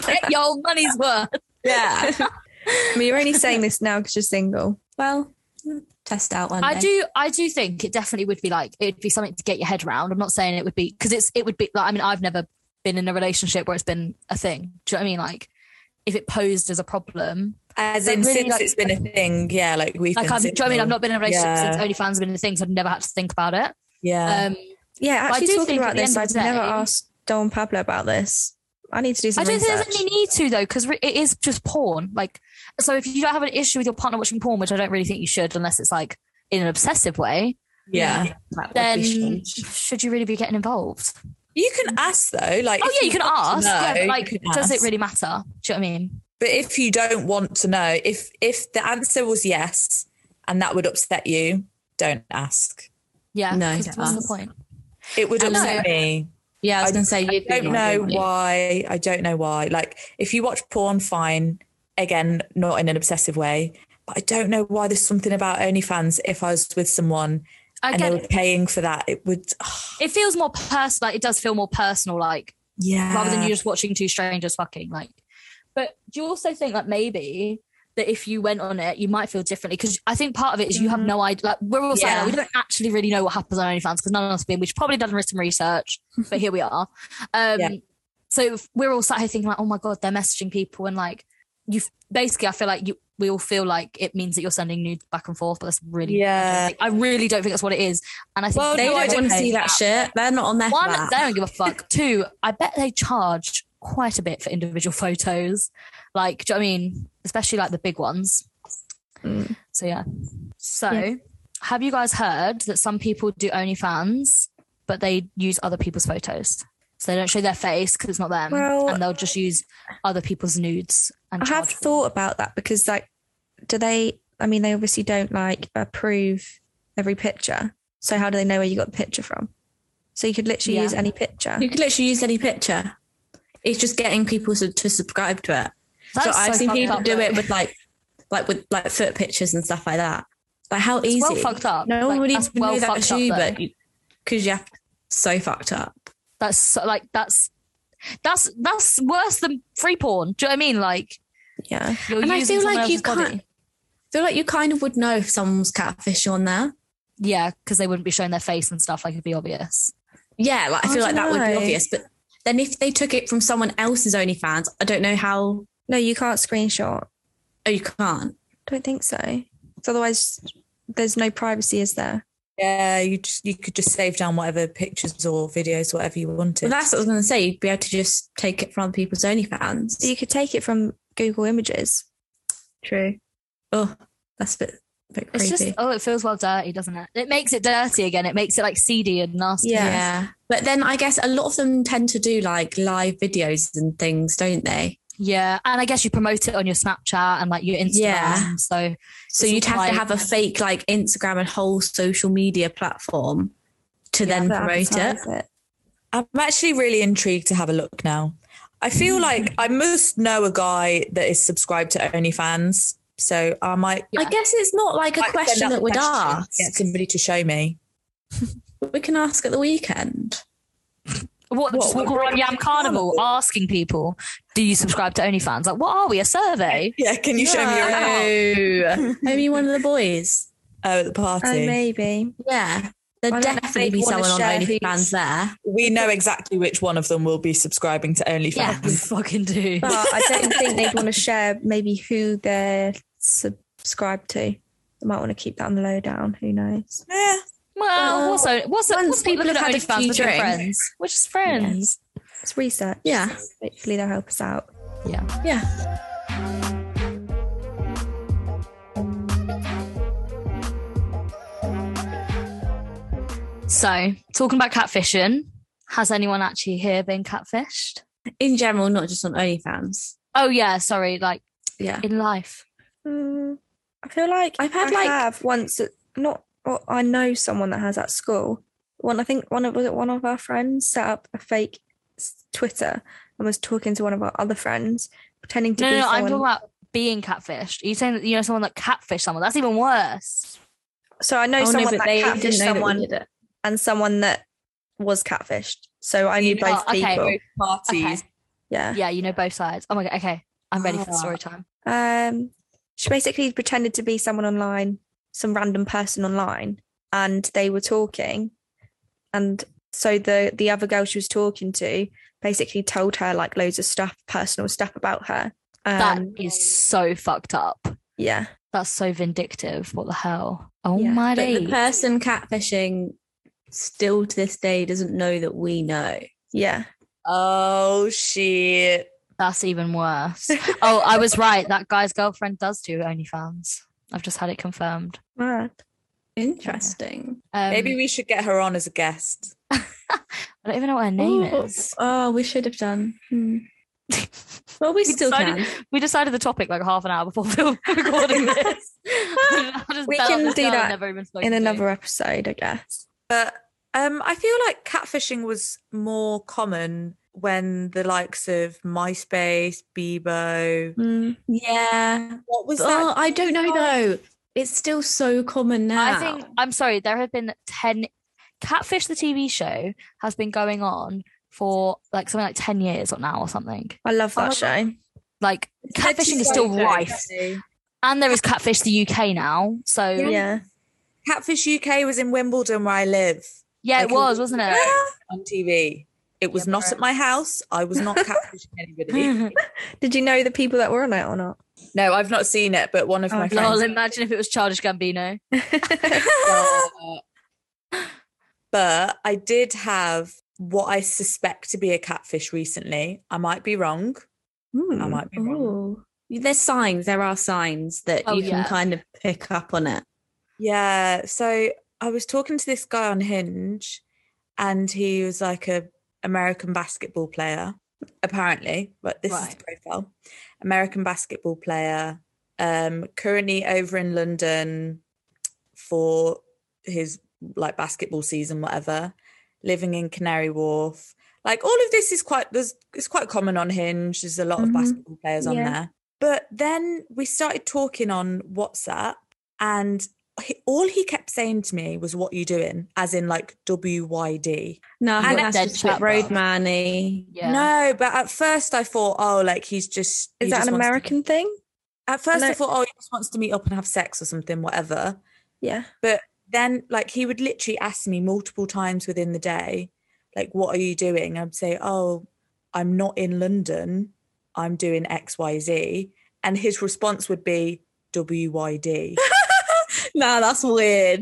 Speaker 4: Get your money's worth.
Speaker 5: Yeah.
Speaker 3: I mean, you're only saying this now because you're single.
Speaker 5: well, test out one
Speaker 4: I
Speaker 5: day.
Speaker 4: do, I do think it definitely would be like it'd be something to get your head around. I'm not saying it would be because it's it would be like I mean I've never been in a relationship where it's been a thing. Do you know what I mean? Like if it posed as a problem,
Speaker 1: as
Speaker 4: But
Speaker 1: in
Speaker 4: really,
Speaker 1: since
Speaker 4: like-
Speaker 1: it's been a thing. Yeah, like we've.
Speaker 4: like
Speaker 1: been
Speaker 4: I'm, do you know what I mean?
Speaker 1: single.
Speaker 4: I've not been in a relationship
Speaker 1: Yeah.
Speaker 4: since OnlyFans have been a thing, so I've never had to think about it.
Speaker 1: Yeah,
Speaker 4: Um,
Speaker 3: Yeah,
Speaker 4: But I
Speaker 3: actually
Speaker 4: do
Speaker 3: talking
Speaker 4: think at
Speaker 3: about
Speaker 4: the
Speaker 3: this,
Speaker 4: end
Speaker 3: I've
Speaker 4: of the
Speaker 3: never
Speaker 4: day-
Speaker 3: asked Don Pablo about this. I need to do some
Speaker 4: I don't think
Speaker 3: research.
Speaker 4: there's any need to though, because it is just porn. Like, so if you don't have an issue with your partner watching porn, which I don't really think you should, unless it's like in an obsessive way,
Speaker 1: yeah.
Speaker 5: That would be
Speaker 4: then
Speaker 5: strange.
Speaker 4: should you really be getting involved?
Speaker 1: You can ask though. Like,
Speaker 4: Oh
Speaker 1: if
Speaker 4: yeah, you can
Speaker 1: want
Speaker 4: ask.
Speaker 1: to
Speaker 4: yeah,
Speaker 1: know,
Speaker 4: but, like,
Speaker 1: you can
Speaker 4: does it
Speaker 1: ask.
Speaker 4: really matter? Do you know what I mean?
Speaker 1: But if you don't want to know, if if the answer was yes, and that would upset you, don't ask.
Speaker 4: Yeah.
Speaker 5: No,
Speaker 4: 'cause
Speaker 5: don't
Speaker 4: what's the
Speaker 5: ask.
Speaker 4: point?
Speaker 1: It would
Speaker 4: I know.
Speaker 1: upset me.
Speaker 5: Yeah, I was
Speaker 1: I-
Speaker 5: going to say, you
Speaker 1: I don't know why. I don't know why. Like, if you watch porn, fine. Again, not in an obsessive way. But I don't know why there's something about OnlyFans. If I was with someone
Speaker 4: I
Speaker 1: and
Speaker 4: get
Speaker 1: they
Speaker 4: it.
Speaker 1: were paying for that, it would. oh,
Speaker 4: It feels more personal. Like it does feel more personal, like
Speaker 1: yeah.
Speaker 4: rather than you just watching two strangers fucking. Like, but do you also think that maybe that if you went on it, you might feel differently? Because I think part of it is you have no idea. Like we're all saying
Speaker 5: Yeah.
Speaker 4: like, we don't actually really know what happens on OnlyFans because none of us have been. We've probably done some research, but here we are. Um,
Speaker 1: Yeah.
Speaker 4: So if we're all sat here thinking like, oh my god, they're messaging people and like you. Basically, I feel like you. We all feel like it means that you're sending nudes back and forth, but that's really
Speaker 1: Yeah.
Speaker 4: I really don't think that's what it is. And I think
Speaker 1: Well,
Speaker 5: They
Speaker 1: No, I
Speaker 5: don't want
Speaker 1: don't
Speaker 5: to see that shit. They're not on there. for
Speaker 4: One,
Speaker 5: that.
Speaker 4: they don't give a fuck. Two, I bet they charge quite a bit for individual photos. Like, do you know what I mean? Especially like the big ones.
Speaker 3: Mm.
Speaker 4: So yeah. So have you guys heard that some people do OnlyFans, but they use other people's photos? So they don't show their face because it's not them.
Speaker 3: Well-
Speaker 4: and they'll just use other people's nudes and
Speaker 3: I have
Speaker 4: charge.
Speaker 3: thought about that because, like, do they? I mean, they obviously don't like approve every picture. So how do they know where you got the picture from? So you could literally
Speaker 4: Yeah.
Speaker 3: use any picture.
Speaker 5: You could literally use any picture. It's just getting people to, to subscribe to it. so
Speaker 4: That's
Speaker 5: I've
Speaker 4: so
Speaker 5: seen
Speaker 4: fucked
Speaker 5: people
Speaker 4: up,
Speaker 5: do
Speaker 4: though.
Speaker 5: it with like, like with like foot pictures and stuff like that. Like how easy.
Speaker 4: It's well fucked up.
Speaker 5: No one
Speaker 4: Like,
Speaker 5: would
Speaker 4: that's
Speaker 5: even know that was
Speaker 4: fucked up,
Speaker 5: you,
Speaker 4: though.
Speaker 5: but because you, are so fucked up.
Speaker 4: That's so, like that's that's that's worse than free porn. Do you know what I mean? Like
Speaker 3: Yeah.
Speaker 4: you're
Speaker 5: And I
Speaker 4: using
Speaker 5: feel
Speaker 4: someone
Speaker 5: like you
Speaker 4: else's body.
Speaker 5: can't- feel like you kind of would know if someone was catfish on there.
Speaker 4: Yeah, because they wouldn't be showing their face and stuff. Like it'd be obvious.
Speaker 5: Yeah, like I
Speaker 3: I
Speaker 5: feel like that would be
Speaker 3: dunno.
Speaker 5: obvious. But then if they took it from someone else's OnlyFans, I don't know how.
Speaker 3: No, you can't screenshot.
Speaker 5: Oh, you can't.
Speaker 3: Don't think so. 'Cause Otherwise, there's no privacy, is there?
Speaker 1: Yeah, you just you could just save down whatever pictures or videos, whatever you wanted.
Speaker 5: Well, that's what I was going to say. You'd be able to just take it from other people's OnlyFans.
Speaker 3: You could take it from Google Images.
Speaker 5: True. Oh, that's a bit, bit creepy.
Speaker 4: It's just oh, it feels well dirty, doesn't it? It makes it dirty again. It makes it like seedy and nasty.
Speaker 5: yeah.
Speaker 3: Yeah.
Speaker 5: But then I guess a lot of them tend to do like live videos and things, don't they?
Speaker 4: Yeah, and I guess you promote it on your Snapchat and like your Instagram.
Speaker 5: Yeah.
Speaker 4: So
Speaker 5: So
Speaker 4: It's
Speaker 5: you'd have
Speaker 4: like-
Speaker 5: to have a fake like Instagram and whole social media platform to then
Speaker 3: that
Speaker 5: promote it.
Speaker 3: advertise it.
Speaker 1: I'm actually really intrigued to have a look Mm. now. I feel like I must know a guy that is subscribed to OnlyFans So I might
Speaker 5: I guess it's not like a
Speaker 1: might send
Speaker 5: question
Speaker 1: out
Speaker 5: that we'd
Speaker 1: questions,
Speaker 5: ask.
Speaker 1: Get somebody to show me.
Speaker 5: We can ask at the weekend.
Speaker 4: What,
Speaker 1: What,
Speaker 4: just
Speaker 1: what
Speaker 4: walk around
Speaker 1: brand
Speaker 4: Yam Carnival asking people, do you subscribe to OnlyFans? Like, what are we? A survey?
Speaker 1: Yeah, can you show me your
Speaker 5: No. Maybe one of the boys.
Speaker 1: oh, at the party?
Speaker 3: Oh, maybe.
Speaker 5: Yeah.
Speaker 3: I don't
Speaker 5: There'd
Speaker 3: know if
Speaker 5: definitely
Speaker 3: they'd
Speaker 5: be
Speaker 3: wanna
Speaker 5: someone on
Speaker 3: share who's-
Speaker 5: OnlyFans there.
Speaker 1: we know exactly which one of them will be subscribing to
Speaker 5: Yeah.
Speaker 1: OnlyFans.
Speaker 4: We fucking do.
Speaker 3: But I don't think they'd want to share maybe who they're subscribed to. They might want to keep that on the low down. Who knows?
Speaker 1: Yeah.
Speaker 4: Well,
Speaker 5: Well,
Speaker 4: what's what's, what's,
Speaker 5: once
Speaker 4: what's people
Speaker 5: people
Speaker 4: looking at
Speaker 5: have had a
Speaker 4: OnlyFans
Speaker 5: few
Speaker 4: with your
Speaker 5: drinks.
Speaker 4: friends? We're just friends.
Speaker 3: It's research.
Speaker 5: Yeah.
Speaker 3: Hopefully they'll help us out.
Speaker 4: Yeah. So, talking about catfishing, has anyone actually here been catfished?
Speaker 5: In general, not just on OnlyFans.
Speaker 4: Oh yeah, sorry, like
Speaker 5: Yeah.
Speaker 4: in life.
Speaker 3: Mm, I feel like
Speaker 5: I've had,
Speaker 3: I
Speaker 5: like-
Speaker 3: have once not. Well, I know someone that has at school. One, I think one of was it one of our friends set up a fake s- Twitter and was talking to one of our other friends, pretending to
Speaker 4: No,
Speaker 3: be
Speaker 4: no, no, I'm
Speaker 3: someone.
Speaker 4: talking about being catfished. Are you saying that you know someone that catfished someone? That's even worse.
Speaker 3: so I know
Speaker 5: Oh, no,
Speaker 3: someone
Speaker 5: but
Speaker 3: that
Speaker 5: they
Speaker 3: catfished
Speaker 5: didn't know that
Speaker 3: someone
Speaker 5: we did it.
Speaker 3: and someone that was catfished. So I knew both
Speaker 4: Oh, okay.
Speaker 3: people.
Speaker 1: Parties.
Speaker 3: Yeah.
Speaker 4: Yeah, you know both sides. Oh my god. Okay, I'm ready for
Speaker 1: Ah.
Speaker 4: story time.
Speaker 3: Um, she basically pretended to be someone online, some random person online, and they were talking. And so the the other girl she was talking to basically told her like loads of stuff, personal stuff about her.
Speaker 4: That
Speaker 3: Um,
Speaker 4: is so fucked up.
Speaker 3: yeah,
Speaker 4: That's so vindictive. What the hell? Oh
Speaker 3: Yeah,
Speaker 4: my
Speaker 5: But the
Speaker 4: days.
Speaker 5: person catfishing still to this day doesn't know that we know.
Speaker 3: yeah.
Speaker 1: Oh shit.
Speaker 4: That's even worse. oh, I was right. That guy's girlfriend does do OnlyFans. I've just had it confirmed.
Speaker 3: Mad.
Speaker 5: Interesting.
Speaker 4: Um,
Speaker 1: Maybe we should get her on as a guest.
Speaker 4: I don't even know what her name
Speaker 5: Ooh.
Speaker 4: is.
Speaker 5: Oh, we should have done. Hmm. Well, we still
Speaker 4: decided-
Speaker 5: can.
Speaker 4: We decided the topic like half an hour before film recording this. I just
Speaker 3: We
Speaker 4: fell on
Speaker 3: can
Speaker 4: this
Speaker 3: do
Speaker 4: girl I've
Speaker 3: that
Speaker 4: never even spoken
Speaker 3: In
Speaker 4: to.
Speaker 3: another episode, I guess.
Speaker 1: But um, I feel like catfishing was more common when the likes of MySpace, Bebo.
Speaker 3: Mm.
Speaker 5: Yeah.
Speaker 1: What was
Speaker 5: Oh,
Speaker 1: that?
Speaker 5: I don't know though. It's still so common
Speaker 4: I
Speaker 5: now.
Speaker 4: think I'm sorry. There have been ten. Catfish, the TV show, has been going on for like something like ten years or now or something.
Speaker 3: I love that
Speaker 1: Oh.
Speaker 3: show.
Speaker 4: Like catfishing is still rife, and there is catfish the UK now. So
Speaker 3: Yeah.
Speaker 4: yeah,
Speaker 1: Catfish UK was in Wimbledon where I live.
Speaker 4: it
Speaker 1: Okay.
Speaker 4: was, wasn't it?
Speaker 1: on TV. It was
Speaker 4: Yeah,
Speaker 1: not at my house. I was not catfishing anybody.
Speaker 3: Did you know the people that were on it or not?
Speaker 1: No, I've not seen it, but one of
Speaker 3: Oh,
Speaker 1: my
Speaker 4: Lol,
Speaker 1: friends.
Speaker 4: imagine if it was Childish Gambino.
Speaker 1: but I did have what I suspect to be a catfish recently. I might be wrong. Hmm. I
Speaker 3: Mm.
Speaker 1: might be wrong.
Speaker 5: Ooh. There's signs. There are signs that
Speaker 4: Oh,
Speaker 5: you can
Speaker 4: yeah.
Speaker 5: kind of pick up on it.
Speaker 1: Yeah. So I was talking to this guy on Hinge, and he was like a American basketball player, apparently. But this is the
Speaker 4: Right.
Speaker 1: profile: American basketball player, um, currently over in London for his like basketball season, whatever. Living in Canary Wharf, like all of this is quite there's it's quite common on Hinge. There's a lot
Speaker 3: Mhm.
Speaker 1: of basketball players on
Speaker 3: Yeah.
Speaker 1: there. But then we started talking on WhatsApp, and he, all he kept saying to me was, "What you doing?" As in, like WYD.
Speaker 5: No, I
Speaker 1: And
Speaker 5: think
Speaker 4: that's
Speaker 5: that's
Speaker 4: dead
Speaker 5: just a
Speaker 4: chat
Speaker 5: bit road
Speaker 4: box.
Speaker 5: manny.
Speaker 4: Yeah.
Speaker 1: No, but at first I thought, "Oh, like he's just."
Speaker 3: Is
Speaker 1: he
Speaker 3: that
Speaker 1: just
Speaker 3: an
Speaker 1: wants to-
Speaker 3: American thing?
Speaker 1: at first I
Speaker 3: No.
Speaker 1: thought, "Oh, he just wants to meet up and have sex or something, whatever."
Speaker 3: Yeah.
Speaker 1: Then, like, he would literally ask me multiple times within the day, like, "What are you doing?" I'd say, "Oh, I'm not in London. I'm doing X, Y, Z," and his response would be WYD,
Speaker 5: No, that's weird.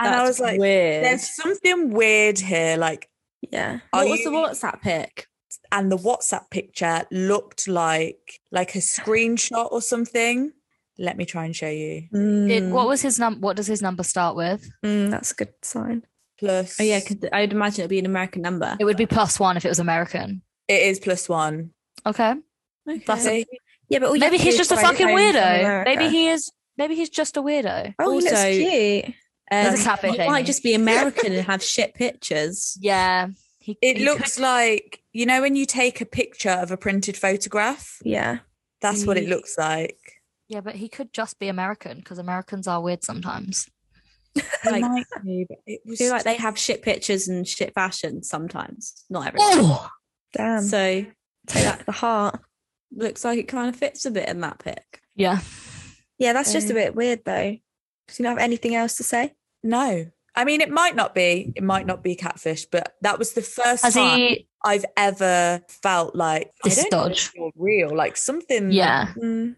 Speaker 1: and I
Speaker 5: That's
Speaker 1: was like,
Speaker 5: weird.
Speaker 1: "There's something weird here." Like.
Speaker 3: Yeah.
Speaker 1: are
Speaker 5: What was
Speaker 1: you-
Speaker 5: the WhatsApp pick?
Speaker 1: and the WhatsApp picture looked like like a screenshot or something. Let me try and show you.
Speaker 4: It-
Speaker 3: Mm.
Speaker 4: what was his num? What does his number start with?
Speaker 3: Mm, that's a good sign.
Speaker 1: Plus,
Speaker 5: Oh yeah, because I'd imagine it'd be an American number.
Speaker 4: It would be plus one if it was American.
Speaker 1: it is plus one.
Speaker 4: Okay,
Speaker 5: Okay.
Speaker 1: That's it.
Speaker 3: Yeah, but all you
Speaker 4: maybe
Speaker 3: have to
Speaker 4: he's
Speaker 3: do
Speaker 4: just a
Speaker 3: is find
Speaker 4: fucking
Speaker 3: friends in
Speaker 4: weirdo.
Speaker 3: America.
Speaker 4: Maybe he is. Maybe he's just a weirdo.
Speaker 3: Oh, he looks
Speaker 5: Also-
Speaker 3: cute.
Speaker 5: Um,
Speaker 4: There's a catfish,
Speaker 5: it might
Speaker 4: Amy.
Speaker 5: just be American and have shit pictures.
Speaker 4: Yeah, he,
Speaker 1: It
Speaker 4: he
Speaker 1: looks like you know when you take a picture of a printed photograph.
Speaker 3: Yeah.
Speaker 1: That's what it
Speaker 5: Mm.
Speaker 1: looks like.
Speaker 4: Yeah, but he could just be American because Americans are weird sometimes.
Speaker 5: Like,
Speaker 1: might be, but it
Speaker 5: I
Speaker 1: was
Speaker 5: feel like they have shit pictures and shit fashion sometimes. Not every
Speaker 4: Oh,
Speaker 3: Damn.
Speaker 5: So
Speaker 3: take that to the heart.
Speaker 5: Um, looks like it kind of fits a bit in that Um, pic.
Speaker 4: yeah.
Speaker 3: Yeah, that's just a bit weird though. Do you not have anything else to say?
Speaker 1: no. I mean, it might not be. It might not be catfish, but that was the first
Speaker 4: Has
Speaker 1: time
Speaker 4: he?
Speaker 1: I've ever felt like
Speaker 4: This
Speaker 1: I don't know if
Speaker 4: dodge.
Speaker 1: you're real, like something.
Speaker 4: Yeah,
Speaker 3: Mm.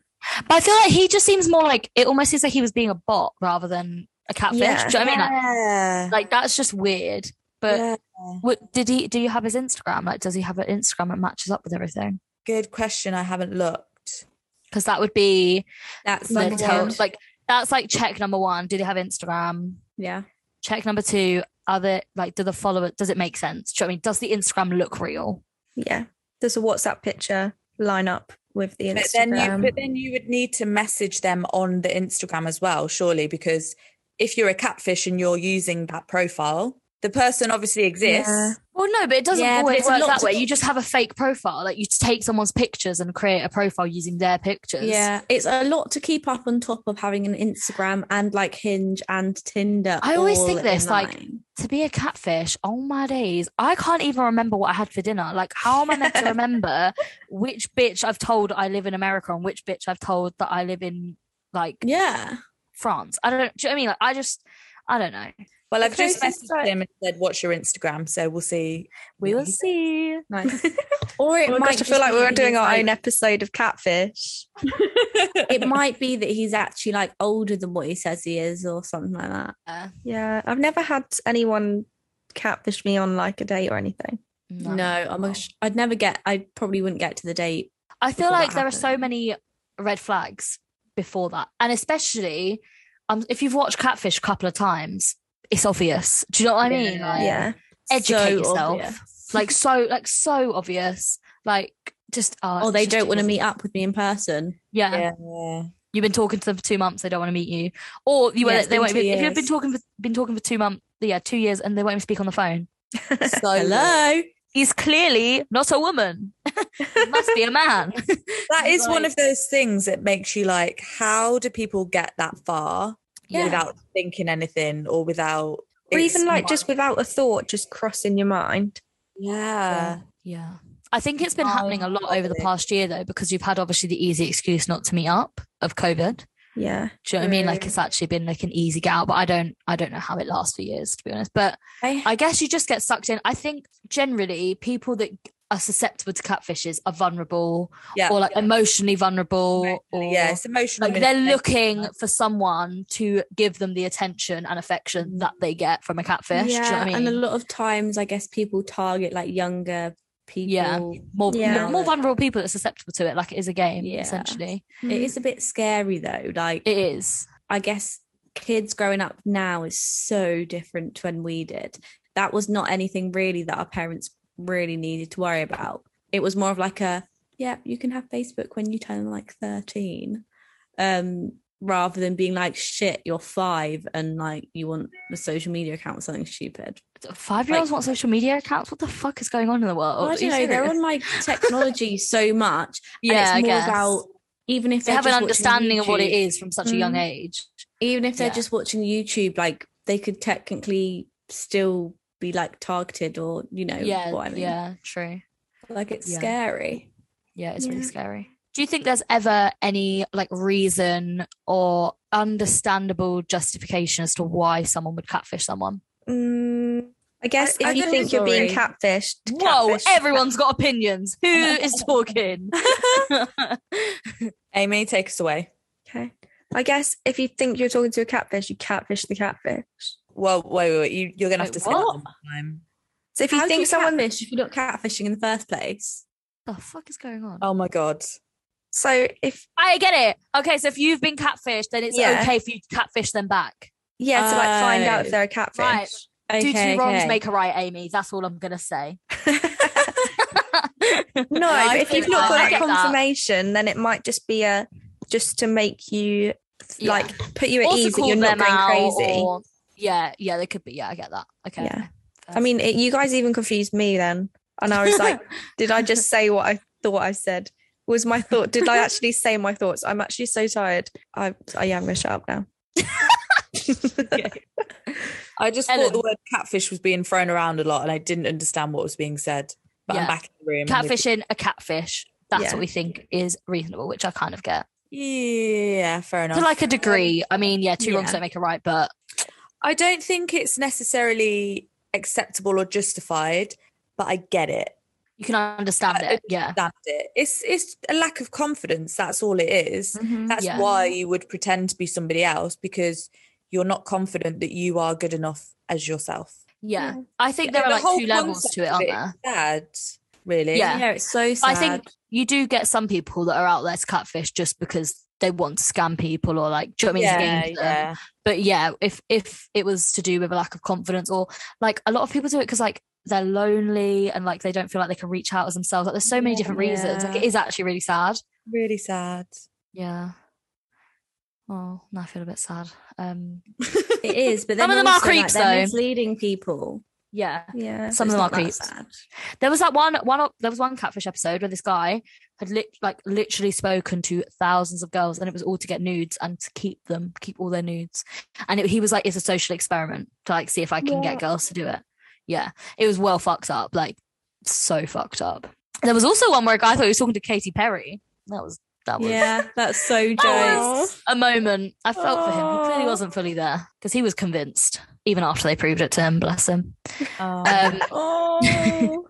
Speaker 4: but I feel like he just seems more like it. Almost seems like he was being a bot rather than a catfish.
Speaker 3: Yeah.
Speaker 4: Do you know what I mean? Like,
Speaker 1: Yeah.
Speaker 4: like that's just weird. But
Speaker 1: Yeah.
Speaker 4: what, did he? Do you have his Instagram? Like, does he have an Instagram that matches up with everything?
Speaker 1: Good question. I haven't looked.
Speaker 4: Because that would be
Speaker 5: That's
Speaker 4: the
Speaker 5: like,
Speaker 4: tell-
Speaker 5: good.
Speaker 4: like that's like check number one. Do they have Instagram?
Speaker 5: yeah.
Speaker 4: Check number two. Are they like do the follower? Does it make sense? Do you know what I mean? Does the Instagram look real?
Speaker 3: Yeah. Does a WhatsApp picture line up with the
Speaker 1: But then you,
Speaker 3: Instagram?
Speaker 1: but then you would need to message them on the Instagram as well, surely, because if you're a catfish and you're using that profile, the person obviously exists.
Speaker 3: Yeah.
Speaker 4: Well, no, but it doesn't
Speaker 5: Yeah, but
Speaker 4: always
Speaker 5: it's a
Speaker 4: work
Speaker 5: lot
Speaker 4: that
Speaker 5: to-
Speaker 4: way. You just have a fake profile. Like you take someone's pictures and create a profile using their pictures.
Speaker 5: Yeah. It's a lot to keep up on top of having an Instagram and like Hinge and Tinder.
Speaker 4: I always
Speaker 5: all
Speaker 4: think
Speaker 5: in
Speaker 4: this, like,
Speaker 5: line.
Speaker 4: To be a catfish, oh my days. I can't even remember what I had for dinner. Like, how am I meant to remember which bitch I've told I live in America and which bitch I've told that I live in like
Speaker 5: Yeah.
Speaker 4: France? I don't do you know what I mean? Like I just I don't know.
Speaker 1: Well,
Speaker 5: The
Speaker 1: I've just
Speaker 5: closest
Speaker 1: messaged
Speaker 5: I-
Speaker 1: him and said, "What's your Instagram?" So we'll see.
Speaker 4: We will see.
Speaker 5: Nice. Or it
Speaker 3: Oh my
Speaker 5: might
Speaker 3: gosh, I
Speaker 5: just
Speaker 3: feel like
Speaker 5: be
Speaker 3: we were
Speaker 5: that
Speaker 3: doing
Speaker 5: he's,
Speaker 3: our
Speaker 5: like-
Speaker 3: own episode of catfish.
Speaker 5: it might be that he's actually like older than what he says he is or something like that.
Speaker 4: Uh,
Speaker 3: Yeah, I've never had anyone catfish me on like a date or anything.
Speaker 5: No, I'm a, I'd never get I probably wouldn't get to the date.
Speaker 4: I feel
Speaker 5: before
Speaker 4: like
Speaker 5: that
Speaker 4: there are so
Speaker 5: happened.
Speaker 4: many red flags before that, and especially um, if you've watched Catfish a couple of times, it's obvious. Do you know what I mean? Like,
Speaker 3: Yeah.
Speaker 4: Educate
Speaker 5: So
Speaker 4: yourself.
Speaker 5: obvious.
Speaker 4: Like so, like so obvious. Like just uh,
Speaker 5: Or they
Speaker 4: it's
Speaker 5: don't
Speaker 4: just-
Speaker 5: want to meet up with me in person.
Speaker 4: Yeah.
Speaker 1: Yeah.
Speaker 4: you've been talking to them for two months. They don't want to meet you, or you
Speaker 5: Yeah,
Speaker 4: won't.
Speaker 5: it's
Speaker 4: They
Speaker 5: been
Speaker 4: won't.
Speaker 5: two
Speaker 4: Even, if you've
Speaker 5: years.
Speaker 4: been talking for been talking for two months, yeah, two years, and they won't even speak on the phone.
Speaker 1: So
Speaker 5: Hello.
Speaker 4: He's clearly not a woman. he must be a man.
Speaker 1: that is one
Speaker 4: Like-
Speaker 1: of those things that makes you like, how do people get that far
Speaker 4: Yeah.
Speaker 1: without thinking anything or without
Speaker 3: Or
Speaker 1: it's
Speaker 3: even like
Speaker 1: not-
Speaker 3: just without a thought, just crossing your mind.
Speaker 1: yeah.
Speaker 4: Yeah. I think it's been
Speaker 1: Oh,
Speaker 4: happening a lot over the
Speaker 1: lovely.
Speaker 4: past year though, because you've had obviously the easy excuse not to meet up of COVID.
Speaker 3: Yeah.
Speaker 4: Do you know what I mean? Like
Speaker 1: True.
Speaker 4: it's actually been like an easy get out, but I don't I don't know how it lasts for years to be honest. But
Speaker 5: I-
Speaker 4: I guess you just get sucked in. I think generally people that are susceptible to catfishes are vulnerable
Speaker 1: Yeah.
Speaker 4: or like emotionally vulnerable or
Speaker 1: yeah, it's emotional.
Speaker 4: like they're
Speaker 1: manipulation.
Speaker 4: looking for someone to give them the attention and affection that they get from a catfish. Do you know what I mean?
Speaker 5: And a lot of times I guess people target like younger people.
Speaker 4: Yeah. more
Speaker 3: Yeah.
Speaker 4: more vulnerable people that are susceptible to it. Like it is a game,
Speaker 5: Yeah.
Speaker 4: essentially.
Speaker 5: It is a bit scary though. Like
Speaker 4: It is.
Speaker 5: I guess kids growing up now is so different to when we did. That was not anything really that our parents really needed to worry about. It was more of like a, yeah, you can have Facebook when you turn like 13. Um, rather than being like, shit, you're five and like you want a social media account or something stupid.
Speaker 4: Five year olds want social media accounts. What the fuck is going on in the world?
Speaker 5: I
Speaker 4: Oh, Are you
Speaker 5: don't know, they're
Speaker 4: serious?
Speaker 5: on like technology so much.
Speaker 4: yeah,
Speaker 5: and it's more
Speaker 4: I guess.
Speaker 5: about even if
Speaker 4: they
Speaker 5: they're
Speaker 4: have an
Speaker 5: just watching
Speaker 4: understanding of what it
Speaker 5: YouTube, Mm-hmm.
Speaker 4: is from such a young age.
Speaker 5: even if they're
Speaker 4: Yeah.
Speaker 5: just watching YouTube, like they could technically still be like targeted or you know
Speaker 4: yeah,
Speaker 5: what I mean.
Speaker 4: yeah, true.
Speaker 5: Like it's
Speaker 4: Yeah.
Speaker 5: scary.
Speaker 4: Yeah, it's really
Speaker 3: Yeah.
Speaker 4: scary. Do you think there's ever any like reason or understandable justification as to why someone would catfish someone?
Speaker 3: Mm, I guess
Speaker 5: I-
Speaker 3: if
Speaker 5: I
Speaker 3: you
Speaker 5: don't
Speaker 3: think
Speaker 5: know,
Speaker 3: you're being
Speaker 5: sorry.
Speaker 3: catfished,
Speaker 4: Whoa,
Speaker 3: catfish-
Speaker 4: everyone's got opinions. Who is talking?
Speaker 1: Amy, take us away.
Speaker 3: Okay. I guess if you think you're talking to a catfish, you catfish the catfish.
Speaker 1: Well, wait, wait, wait. You, you're gonna have
Speaker 4: Wait,
Speaker 1: to say that
Speaker 4: what?
Speaker 1: one more time.
Speaker 3: So if you
Speaker 5: How do
Speaker 3: think someone,
Speaker 5: catfish if you're not catfishing in the first place?
Speaker 4: the fuck is going on?
Speaker 1: Oh my god.
Speaker 3: so if
Speaker 4: I get it. Okay, so if you've been catfished, then it's
Speaker 3: Yeah.
Speaker 4: okay for you to catfish them back.
Speaker 3: yeah, to like find out
Speaker 5: Oh.
Speaker 3: if they're a catfish.
Speaker 4: Right. Do
Speaker 5: Okay,
Speaker 4: two wrongs
Speaker 5: okay.
Speaker 4: make a right, Amy? That's all I'm gonna say.
Speaker 3: No,
Speaker 4: I
Speaker 3: but if
Speaker 4: think
Speaker 3: you've not
Speaker 4: that- I
Speaker 3: got
Speaker 4: get
Speaker 3: that
Speaker 4: that.
Speaker 3: confirmation, then it might just be a just to make you
Speaker 4: Yeah.
Speaker 3: like put you at
Speaker 4: Or to
Speaker 3: ease that
Speaker 4: call
Speaker 3: you're not
Speaker 4: them out
Speaker 3: going crazy.
Speaker 4: or- yeah, yeah, they could be. Yeah, I get that. Okay.
Speaker 3: Yeah. I mean, it, you guys even confused me then, and I was like, "Did I just say what I thought I said?" was my thought. Did I actually say my thoughts? I'm actually so tired. I, I yeah, I'm gonna shut up now.
Speaker 1: I just
Speaker 4: Ellen.
Speaker 1: thought the word catfish was being thrown around a lot and I didn't understand what was being said. But I'm
Speaker 4: Yeah.
Speaker 1: back in the room. and-
Speaker 4: Catfishing a catfish. That's
Speaker 3: Yeah.
Speaker 4: what we think is reasonable, which I kind of get.
Speaker 1: Yeah, fair enough.
Speaker 4: To like a degree. I mean, yeah, two wrongs
Speaker 5: Yeah.
Speaker 4: don't make a right, but
Speaker 1: I don't think it's necessarily acceptable or justified, but I get it.
Speaker 4: you can understand
Speaker 1: I
Speaker 4: it. Yeah.
Speaker 1: Understand it. It's it's a lack of confidence. That's all it is. That's
Speaker 4: Mm, Yeah.
Speaker 1: why you would pretend to be somebody else because you're not confident that you are good enough as yourself.
Speaker 4: Yeah. I think there
Speaker 1: The
Speaker 4: are like
Speaker 1: whole
Speaker 4: two levels
Speaker 1: concept
Speaker 4: to it,
Speaker 1: of
Speaker 4: aren't
Speaker 1: is
Speaker 4: there?
Speaker 1: Sad, really.
Speaker 4: Yeah.
Speaker 5: it's so sad.
Speaker 4: I think you do get some people that are out there to catfish just because they want to scam people or like, do you know what I mean? It's a
Speaker 1: Yeah,
Speaker 4: game to them.
Speaker 1: yeah.
Speaker 4: but yeah if if it was to do with a lack of confidence or like a lot of people do it because like they're lonely and like they don't feel like they can reach out as themselves like there's so many different reasons like it
Speaker 5: Yeah.
Speaker 4: is actually really sad
Speaker 1: Really sad.
Speaker 4: yeah oh now i feel a bit sad um
Speaker 5: it is, but
Speaker 4: Some
Speaker 5: then
Speaker 4: of them are
Speaker 5: also, like,
Speaker 4: creeps,
Speaker 5: they're
Speaker 4: though.
Speaker 5: misleading people.
Speaker 4: yeah
Speaker 3: Yeah.
Speaker 4: some of them
Speaker 5: It's
Speaker 4: are
Speaker 5: not that
Speaker 4: creeps
Speaker 5: bad.
Speaker 4: there was that one one there was one catfish episode where this guy had lit, like literally spoken to thousands of girls and it was all to get nudes and to keep them keep all their nudes and it, he was like it's a social experiment to like see if i can get girls to do it yeah it was well fucked up like so fucked up there was also one where a guy thought he was talking to Katy Perry that was that was
Speaker 5: Yeah, that's so
Speaker 4: That
Speaker 5: Joe.
Speaker 4: was a moment I felt for him. He clearly wasn't fully there because he was convinced, even after they proved it to him. Bless him. Um,
Speaker 3: Oh.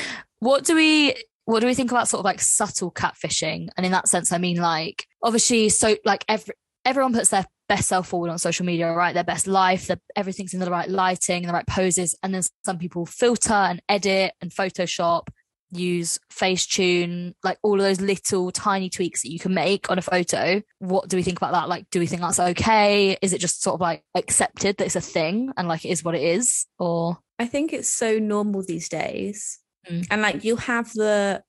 Speaker 4: what do we what do we think about sort of like subtle catfishing and in that sense i mean like obviously so like every everyone puts their best self forward on social media right their best life their, everything's in the right lighting and the right poses and then some people filter and edit and photoshop use facetune like all of those little tiny tweaks that you can make on a photo what do we think about that like do we think that's okay is it just sort of like accepted that it's a thing and like it is what it is or
Speaker 5: I think it's so normal these days.
Speaker 4: Mm.
Speaker 5: And like you have the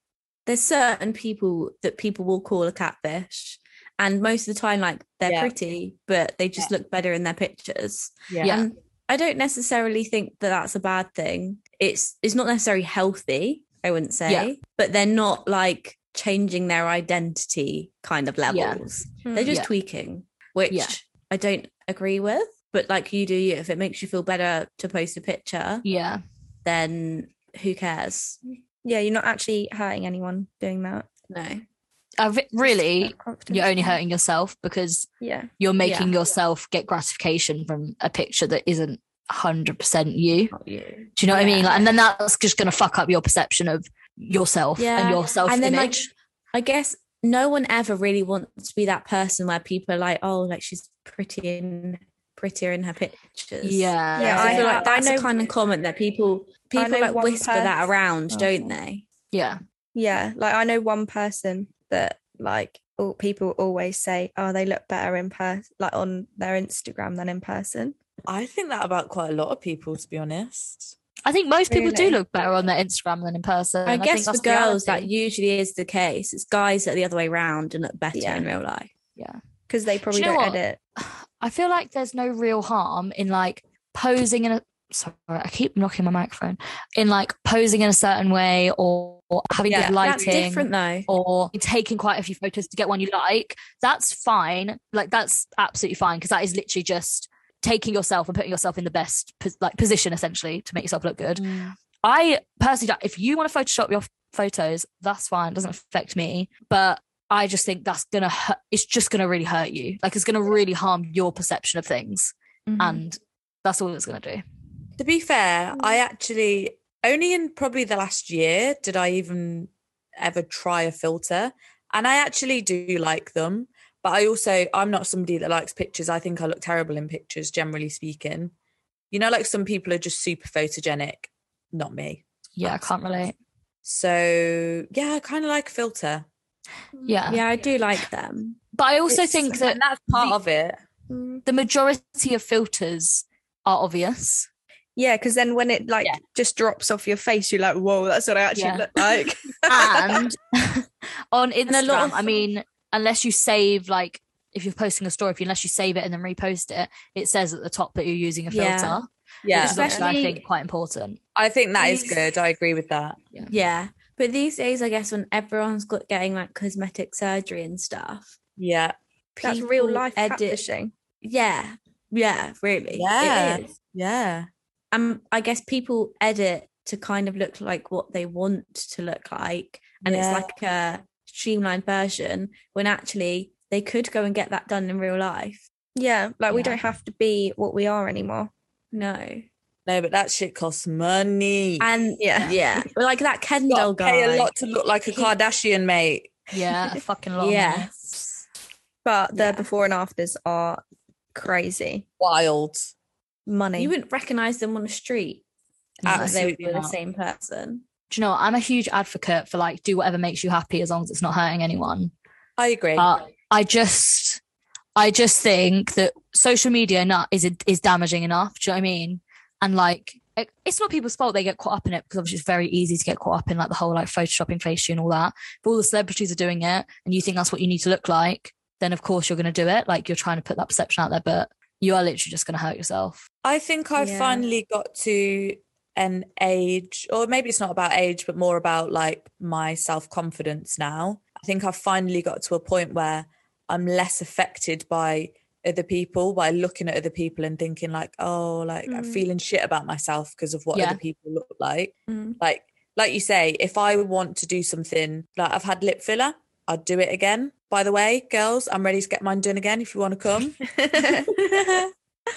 Speaker 5: there's certain people that people will call a catfish. And most of the time, like they're
Speaker 1: Yeah.
Speaker 5: pretty, but they just look better in their pictures.
Speaker 1: Yeah.
Speaker 4: Yeah.
Speaker 5: And I don't necessarily think that that's a bad thing. It's it's not necessarily healthy, I wouldn't say,
Speaker 4: Yeah.
Speaker 5: but they're not like changing their identity kind of levels. They're just
Speaker 4: Yeah.
Speaker 5: tweaking, which
Speaker 4: Yeah.
Speaker 5: I don't agree with. But like you do, you if it makes you feel better to post a picture,
Speaker 4: yeah
Speaker 5: then who cares?
Speaker 3: yeah, you're not actually hurting anyone doing that.
Speaker 5: No.
Speaker 4: I re- really
Speaker 3: Confidence.
Speaker 4: you're only hurting yourself because
Speaker 3: Yeah.
Speaker 4: you're making
Speaker 5: Yeah.
Speaker 4: yourself get gratification from a picture that isn't 100% you.
Speaker 5: Not you.
Speaker 4: Do you know what I mean?
Speaker 5: Yeah.
Speaker 4: Like, and then that's just going to fuck up your perception of yourself and
Speaker 5: Yeah.
Speaker 4: your self
Speaker 5: And then, like,
Speaker 4: image.
Speaker 5: I guess no one ever really wants to be that person where people are like, oh, like she's pretty in prettier in her pictures.
Speaker 4: yeah.
Speaker 3: Yeah,
Speaker 5: I,
Speaker 3: I-
Speaker 5: feel like
Speaker 3: I
Speaker 5: that's a
Speaker 3: know-
Speaker 5: kind of comment that people people
Speaker 3: know
Speaker 5: like
Speaker 3: one
Speaker 5: whisper that
Speaker 3: person-
Speaker 5: around,
Speaker 3: Oh.
Speaker 5: don't they?
Speaker 4: yeah.
Speaker 3: Yeah. Like I know one person that like all, people always say, oh, they look better in person, like on their Instagram than in person.
Speaker 1: I think that about quite a lot of people, to be honest.
Speaker 4: I think most people do
Speaker 3: Really?
Speaker 4: look better on their Instagram than in person.
Speaker 5: I
Speaker 4: think
Speaker 5: guess for
Speaker 4: that's
Speaker 5: girls that
Speaker 4: reality.
Speaker 5: usually is the case. It's guys that are the other way around and look better
Speaker 3: Yeah.
Speaker 5: in real life.
Speaker 3: Because they probably
Speaker 4: you know
Speaker 3: don't
Speaker 4: what?
Speaker 3: edit.
Speaker 4: I feel like there's no real harm in like posing in a sorry, I keep knocking my microphone. In like posing in a certain way or, or having
Speaker 1: Yeah,
Speaker 4: good
Speaker 5: That's
Speaker 4: lighting.
Speaker 5: different though.
Speaker 4: or taking quite a few photos to get one you like, that's fine. Like that's absolutely fine because that is literally just taking yourself and putting yourself in the best pos- like position essentially to make yourself look good. I personally, don't- if you want to Photoshop your f- photos, that's fine. It doesn't affect me, but I just think that's gonna hurt. It's just gonna really hurt you. Like it's gonna really harm your perception of things,
Speaker 5: Mm-hmm.
Speaker 4: and that's all it's gonna do.
Speaker 1: To be fair,
Speaker 5: Mm.
Speaker 1: I actually only in probably the last year did I even ever try a filter. And I actually do like them. But I also, I'm not somebody that likes pictures. I think I look terrible in pictures, generally speaking. You know, like some people are just super photogenic, not me.
Speaker 4: Yeah, I can't relate.
Speaker 1: So yeah, I kind of like a filter.
Speaker 4: uh, Yeah,
Speaker 5: Yeah, I do like them.
Speaker 4: but I also
Speaker 1: It's-
Speaker 4: think that
Speaker 1: and that's part of it.
Speaker 5: Mm-hmm.
Speaker 4: the majority of filters are obvious.
Speaker 3: Yeah, because then when it like
Speaker 4: Yeah.
Speaker 3: just drops off your face, you're like, whoa, that's what I actually
Speaker 4: Yeah.
Speaker 3: look like.
Speaker 4: and on Instagram,
Speaker 5: a lot of-
Speaker 4: I mean, unless you save like if you're posting a story, if you, unless you save it and then repost it, it says at the top that you're using a filter,
Speaker 5: Yeah.
Speaker 1: Yeah,
Speaker 4: which is obviously, I
Speaker 5: Especially-
Speaker 4: think quite important.
Speaker 1: I think that is
Speaker 5: Please.
Speaker 1: good. I agree with that.
Speaker 5: Yeah. But these days, I guess, when everyone's got getting like cosmetic surgery and stuff,
Speaker 1: Yeah.
Speaker 3: That's real
Speaker 5: people
Speaker 3: life
Speaker 5: edit-
Speaker 3: catfishing.
Speaker 5: Yeah, yeah, really.
Speaker 1: Yeah.
Speaker 5: it is.
Speaker 1: Yeah.
Speaker 5: Um, I guess people edit to kind of look like what they want to look like, and
Speaker 1: Yeah.
Speaker 5: it's like a streamlined version. When actually, they could go and get that done in real life.
Speaker 3: Yeah, like we
Speaker 5: Yeah.
Speaker 3: don't have to be what we are anymore.
Speaker 5: No,
Speaker 1: No, but that shit costs money.
Speaker 5: and
Speaker 3: Yeah.
Speaker 5: yeah, but like that Kendall
Speaker 1: Gotta
Speaker 5: guy.
Speaker 1: pay a lot to look like a Kardashian, mate.
Speaker 4: Yeah, a fucking lot. Yeah.
Speaker 5: yes.
Speaker 3: But their
Speaker 5: Yeah.
Speaker 3: before and afters are crazy.
Speaker 1: Wild.
Speaker 3: Money.
Speaker 5: You wouldn't recognize them on the street.
Speaker 4: No,
Speaker 5: but they would
Speaker 1: absolutely
Speaker 5: be the
Speaker 4: not.
Speaker 5: same person.
Speaker 4: Do you know what? I'm a huge advocate for like do whatever makes you happy as long as it's not hurting anyone.
Speaker 1: I agree.
Speaker 4: But Uh, I just, I just think that social media not is is damaging enough. Do you know what I mean? And like, it- it's not people's fault they get caught up in it because obviously it's very easy to get caught up in like the whole like photoshopping face and all that. But all the celebrities are doing it, and you think that's what you need to look like, then of course you're going to do it. Like you're trying to put that perception out there, but you are literally just going to hurt yourself.
Speaker 1: I think I
Speaker 5: Yeah.
Speaker 1: finally got to an age, or maybe it's not about age, but more about like my self confidence now. I think I've finally got to a point where I'm less affected by other people, by looking at other people and thinking, like, oh, like I'm
Speaker 3: Mm.
Speaker 1: feeling shit about myself because of what
Speaker 4: Yeah.
Speaker 1: other people look like.
Speaker 3: Mm.
Speaker 1: Like, like you say, if I want to do something, like I've had lip filler, I'd do it again. By the way, girls, I'm ready to get mine done again if you want to come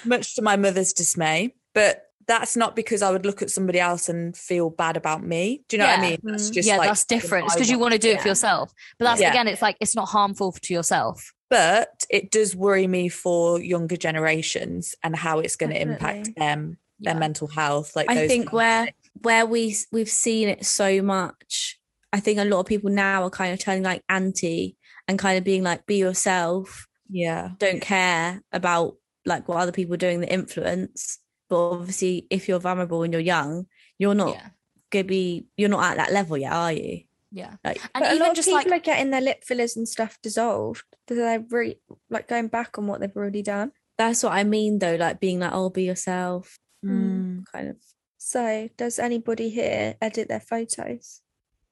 Speaker 1: much to my mother's dismay. But that's not because I would look at somebody else and feel bad about me. Do you know what I
Speaker 4: Yeah.
Speaker 1: mean? That's
Speaker 3: Mm.
Speaker 1: just
Speaker 4: yeah,
Speaker 1: like
Speaker 4: that's different. It's
Speaker 1: I
Speaker 4: because you
Speaker 1: want-
Speaker 4: want to do it for
Speaker 5: yeah.
Speaker 4: yourself. But that's
Speaker 1: Yeah.
Speaker 4: again, it's like it's not harmful to yourself.
Speaker 1: But it does worry me for younger generations and how it's going to impact
Speaker 3: Definitely.
Speaker 1: them, their
Speaker 4: Yeah.
Speaker 1: mental health. Like
Speaker 5: I
Speaker 1: those
Speaker 5: think
Speaker 1: kind of
Speaker 5: where
Speaker 1: things.
Speaker 5: where we we've seen it so much, I think a lot of people now are kind of turning like anti and kind of being like, be yourself,
Speaker 1: yeah,
Speaker 5: don't care about like what other people are doing, the influence. But obviously, if you're vulnerable and you're young, you're not
Speaker 4: Yeah.
Speaker 5: gonna be, you're not at that level yet, are you?
Speaker 4: Yeah.
Speaker 5: Like-
Speaker 4: and
Speaker 3: But a
Speaker 4: even
Speaker 3: lot of
Speaker 4: just
Speaker 3: people
Speaker 4: like
Speaker 3: are getting their lip fillers and stuff dissolved. So They're re- like going back on what they've already done.
Speaker 5: That's what I mean, though, like being like, oh, be yourself,
Speaker 1: Mm.
Speaker 5: kind of.
Speaker 3: Hmm. So, does anybody here edit their photos?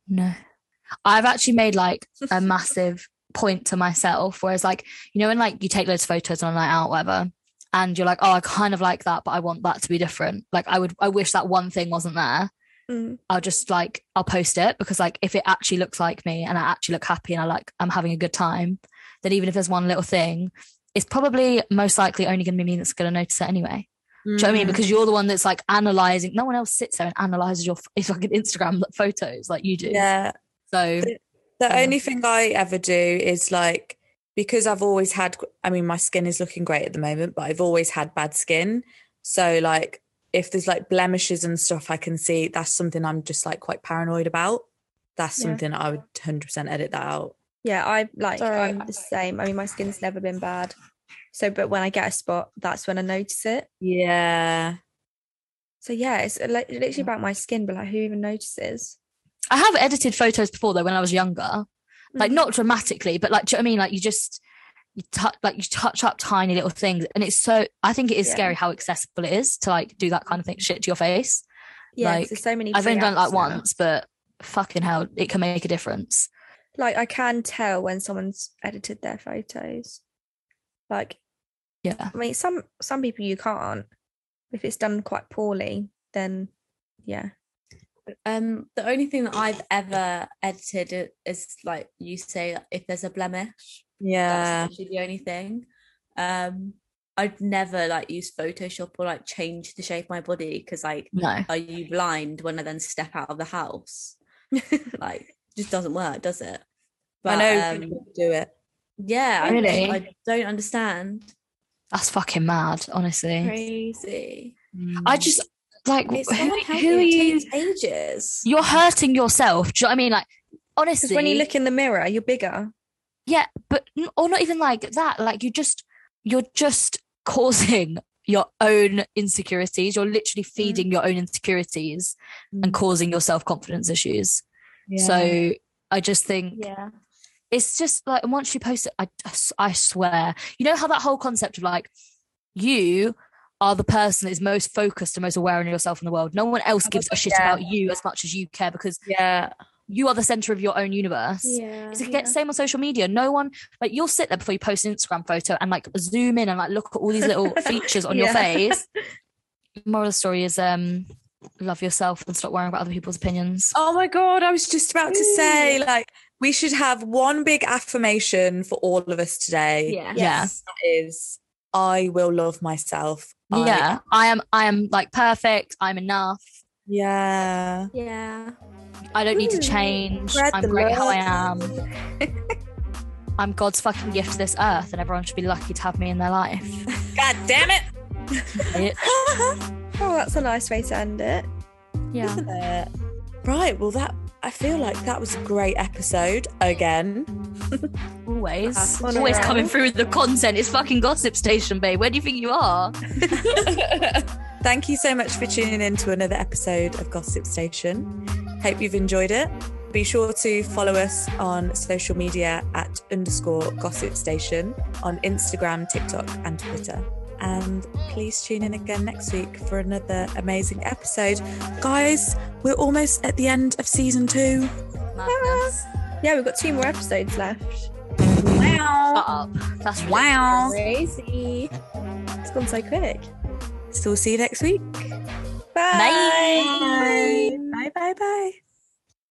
Speaker 4: No. I've actually made like a massive point to myself, whereas like, you know, when like you take loads of photos on a night out, whatever, and you're like, oh, I kind of like that, but I want that to be different. Like I would I wish that one thing wasn't there.
Speaker 3: Mm.
Speaker 4: I'll just like I'll post it because like if it actually looks like me and I actually look happy and I like I'm having a good time, then even if there's one little thing, it's probably most likely only gonna be me that's gonna notice it anyway. Do you
Speaker 1: Mm.
Speaker 4: know what I mean? Because you're the one that's like analyzing. No one else sits there and analyzes your f- fucking Instagram photos like you do.
Speaker 1: yeah.
Speaker 4: So
Speaker 1: The
Speaker 4: Yeah.
Speaker 1: only thing I ever do is like because I've always had I mean my skin is looking great at the moment, but I've always had bad skin. So like if there's like blemishes and stuff I can see, that's something I'm just like quite paranoid about. That's
Speaker 3: Yeah.
Speaker 1: something I would 100% edit that out.
Speaker 3: Yeah, I like
Speaker 5: Sorry.
Speaker 3: I'm the same. I mean, my skin's never been bad. So, but when I get a spot, that's when I notice it.
Speaker 1: Yeah.
Speaker 3: So yeah, it's uh, like literally about my skin, but like who even notices?
Speaker 4: I have edited photos before though when I was younger, like
Speaker 3: Mm.
Speaker 4: not dramatically, but like do you know what I mean? Like you just you touch like you touch up tiny little things, and it's so I think it is
Speaker 3: Yeah.
Speaker 4: scary how accessible it is to like do that kind of thing shit to your face.
Speaker 3: Yeah, 'cause
Speaker 4: like,
Speaker 3: there's so many.
Speaker 4: I've
Speaker 3: free
Speaker 4: only done it like
Speaker 3: apps now.
Speaker 4: once, but fucking hell, it can make a difference.
Speaker 3: Like I can tell when someone's edited their photos. Like
Speaker 4: Yeah,
Speaker 3: I mean, some some people you can't. If it's done quite poorly, then yeah.
Speaker 5: Um, the only thing that I've ever edited i- is like you say, if there's a blemish,
Speaker 1: Yeah.
Speaker 5: that's actually the only thing. Um, I'd never like use Photoshop or like change the shape of my body because like,
Speaker 4: no,
Speaker 5: are you blind when I then step out of the house? like, just doesn't work, does it?
Speaker 1: I
Speaker 5: But
Speaker 1: know
Speaker 5: um,
Speaker 1: people do it.
Speaker 5: yeah,
Speaker 4: Really?
Speaker 5: I, I don't understand.
Speaker 4: that's fucking mad, honestly.
Speaker 5: Crazy.
Speaker 4: I just like
Speaker 5: It's
Speaker 4: who,
Speaker 5: so unhealthy.
Speaker 4: who are you?
Speaker 5: It takes ages.
Speaker 4: You're hurting yourself. Do you know what I mean? Like
Speaker 3: Because
Speaker 4: honestly,
Speaker 3: when you look in the mirror, you're bigger.
Speaker 4: yeah but n- or not even like that like you just you're just causing your own insecurities you're literally
Speaker 1: Mm.
Speaker 4: feeding your own insecurities and causing your self-confidence issues so i just think
Speaker 5: Yeah.
Speaker 4: it's just like and once you post it I, I s- I swear you know how that whole concept of like you are the person that is most focused and most aware on yourself in the world no one else gives a shit
Speaker 1: yeah.
Speaker 4: about you as much as you care because
Speaker 1: yeah.
Speaker 4: you are the center of your own universe.
Speaker 3: Yeah.
Speaker 4: It's like, same on social media. No one like you'll sit there before you post an Instagram photo and like zoom in and like look at all these little features on your
Speaker 3: Yeah.
Speaker 4: face. Moral of the story is um love yourself and stop worrying about other people's opinions.
Speaker 1: Oh my God, I was just about to say, like, we should have one big affirmation for all of us today.
Speaker 5: Yeah.
Speaker 1: That is, I will love myself. I-
Speaker 4: yeah. I am I am like perfect. I'm enough.
Speaker 1: yeah.
Speaker 3: Yeah.
Speaker 4: I don't need to change.
Speaker 1: Spread
Speaker 4: I'm
Speaker 1: the
Speaker 4: great how I
Speaker 1: love.
Speaker 4: am. I'm God's fucking gift to this earth, and everyone should be lucky to have me in their life.
Speaker 1: God damn it.
Speaker 4: Bitch.
Speaker 3: Oh, that's a nice way to end it.
Speaker 4: Yeah.
Speaker 1: Isn't it? Right. Well, that I feel like that was a great episode again.
Speaker 4: Always.
Speaker 3: On a
Speaker 4: Always
Speaker 3: roll.
Speaker 4: coming through with the content. It's fucking gossip station, babe. Where do you think you are?
Speaker 1: Thank you so much for tuning in to another episode of Gossip Station. Hope you've enjoyed it. Be sure to follow us on social media at underscore gossip station on Instagram, TikTok, and Twitter. And please tune in again next week for another amazing episode. Guys, we're almost at the end of season two.
Speaker 4: Madness.
Speaker 3: Yeah, we've got two more episodes left.
Speaker 4: Shut up. That's
Speaker 1: Wow.
Speaker 3: Crazy. It's gone so quick.
Speaker 1: So we'll see you next week.
Speaker 3: Bye.
Speaker 4: Bye.
Speaker 1: Bye, bye, bye.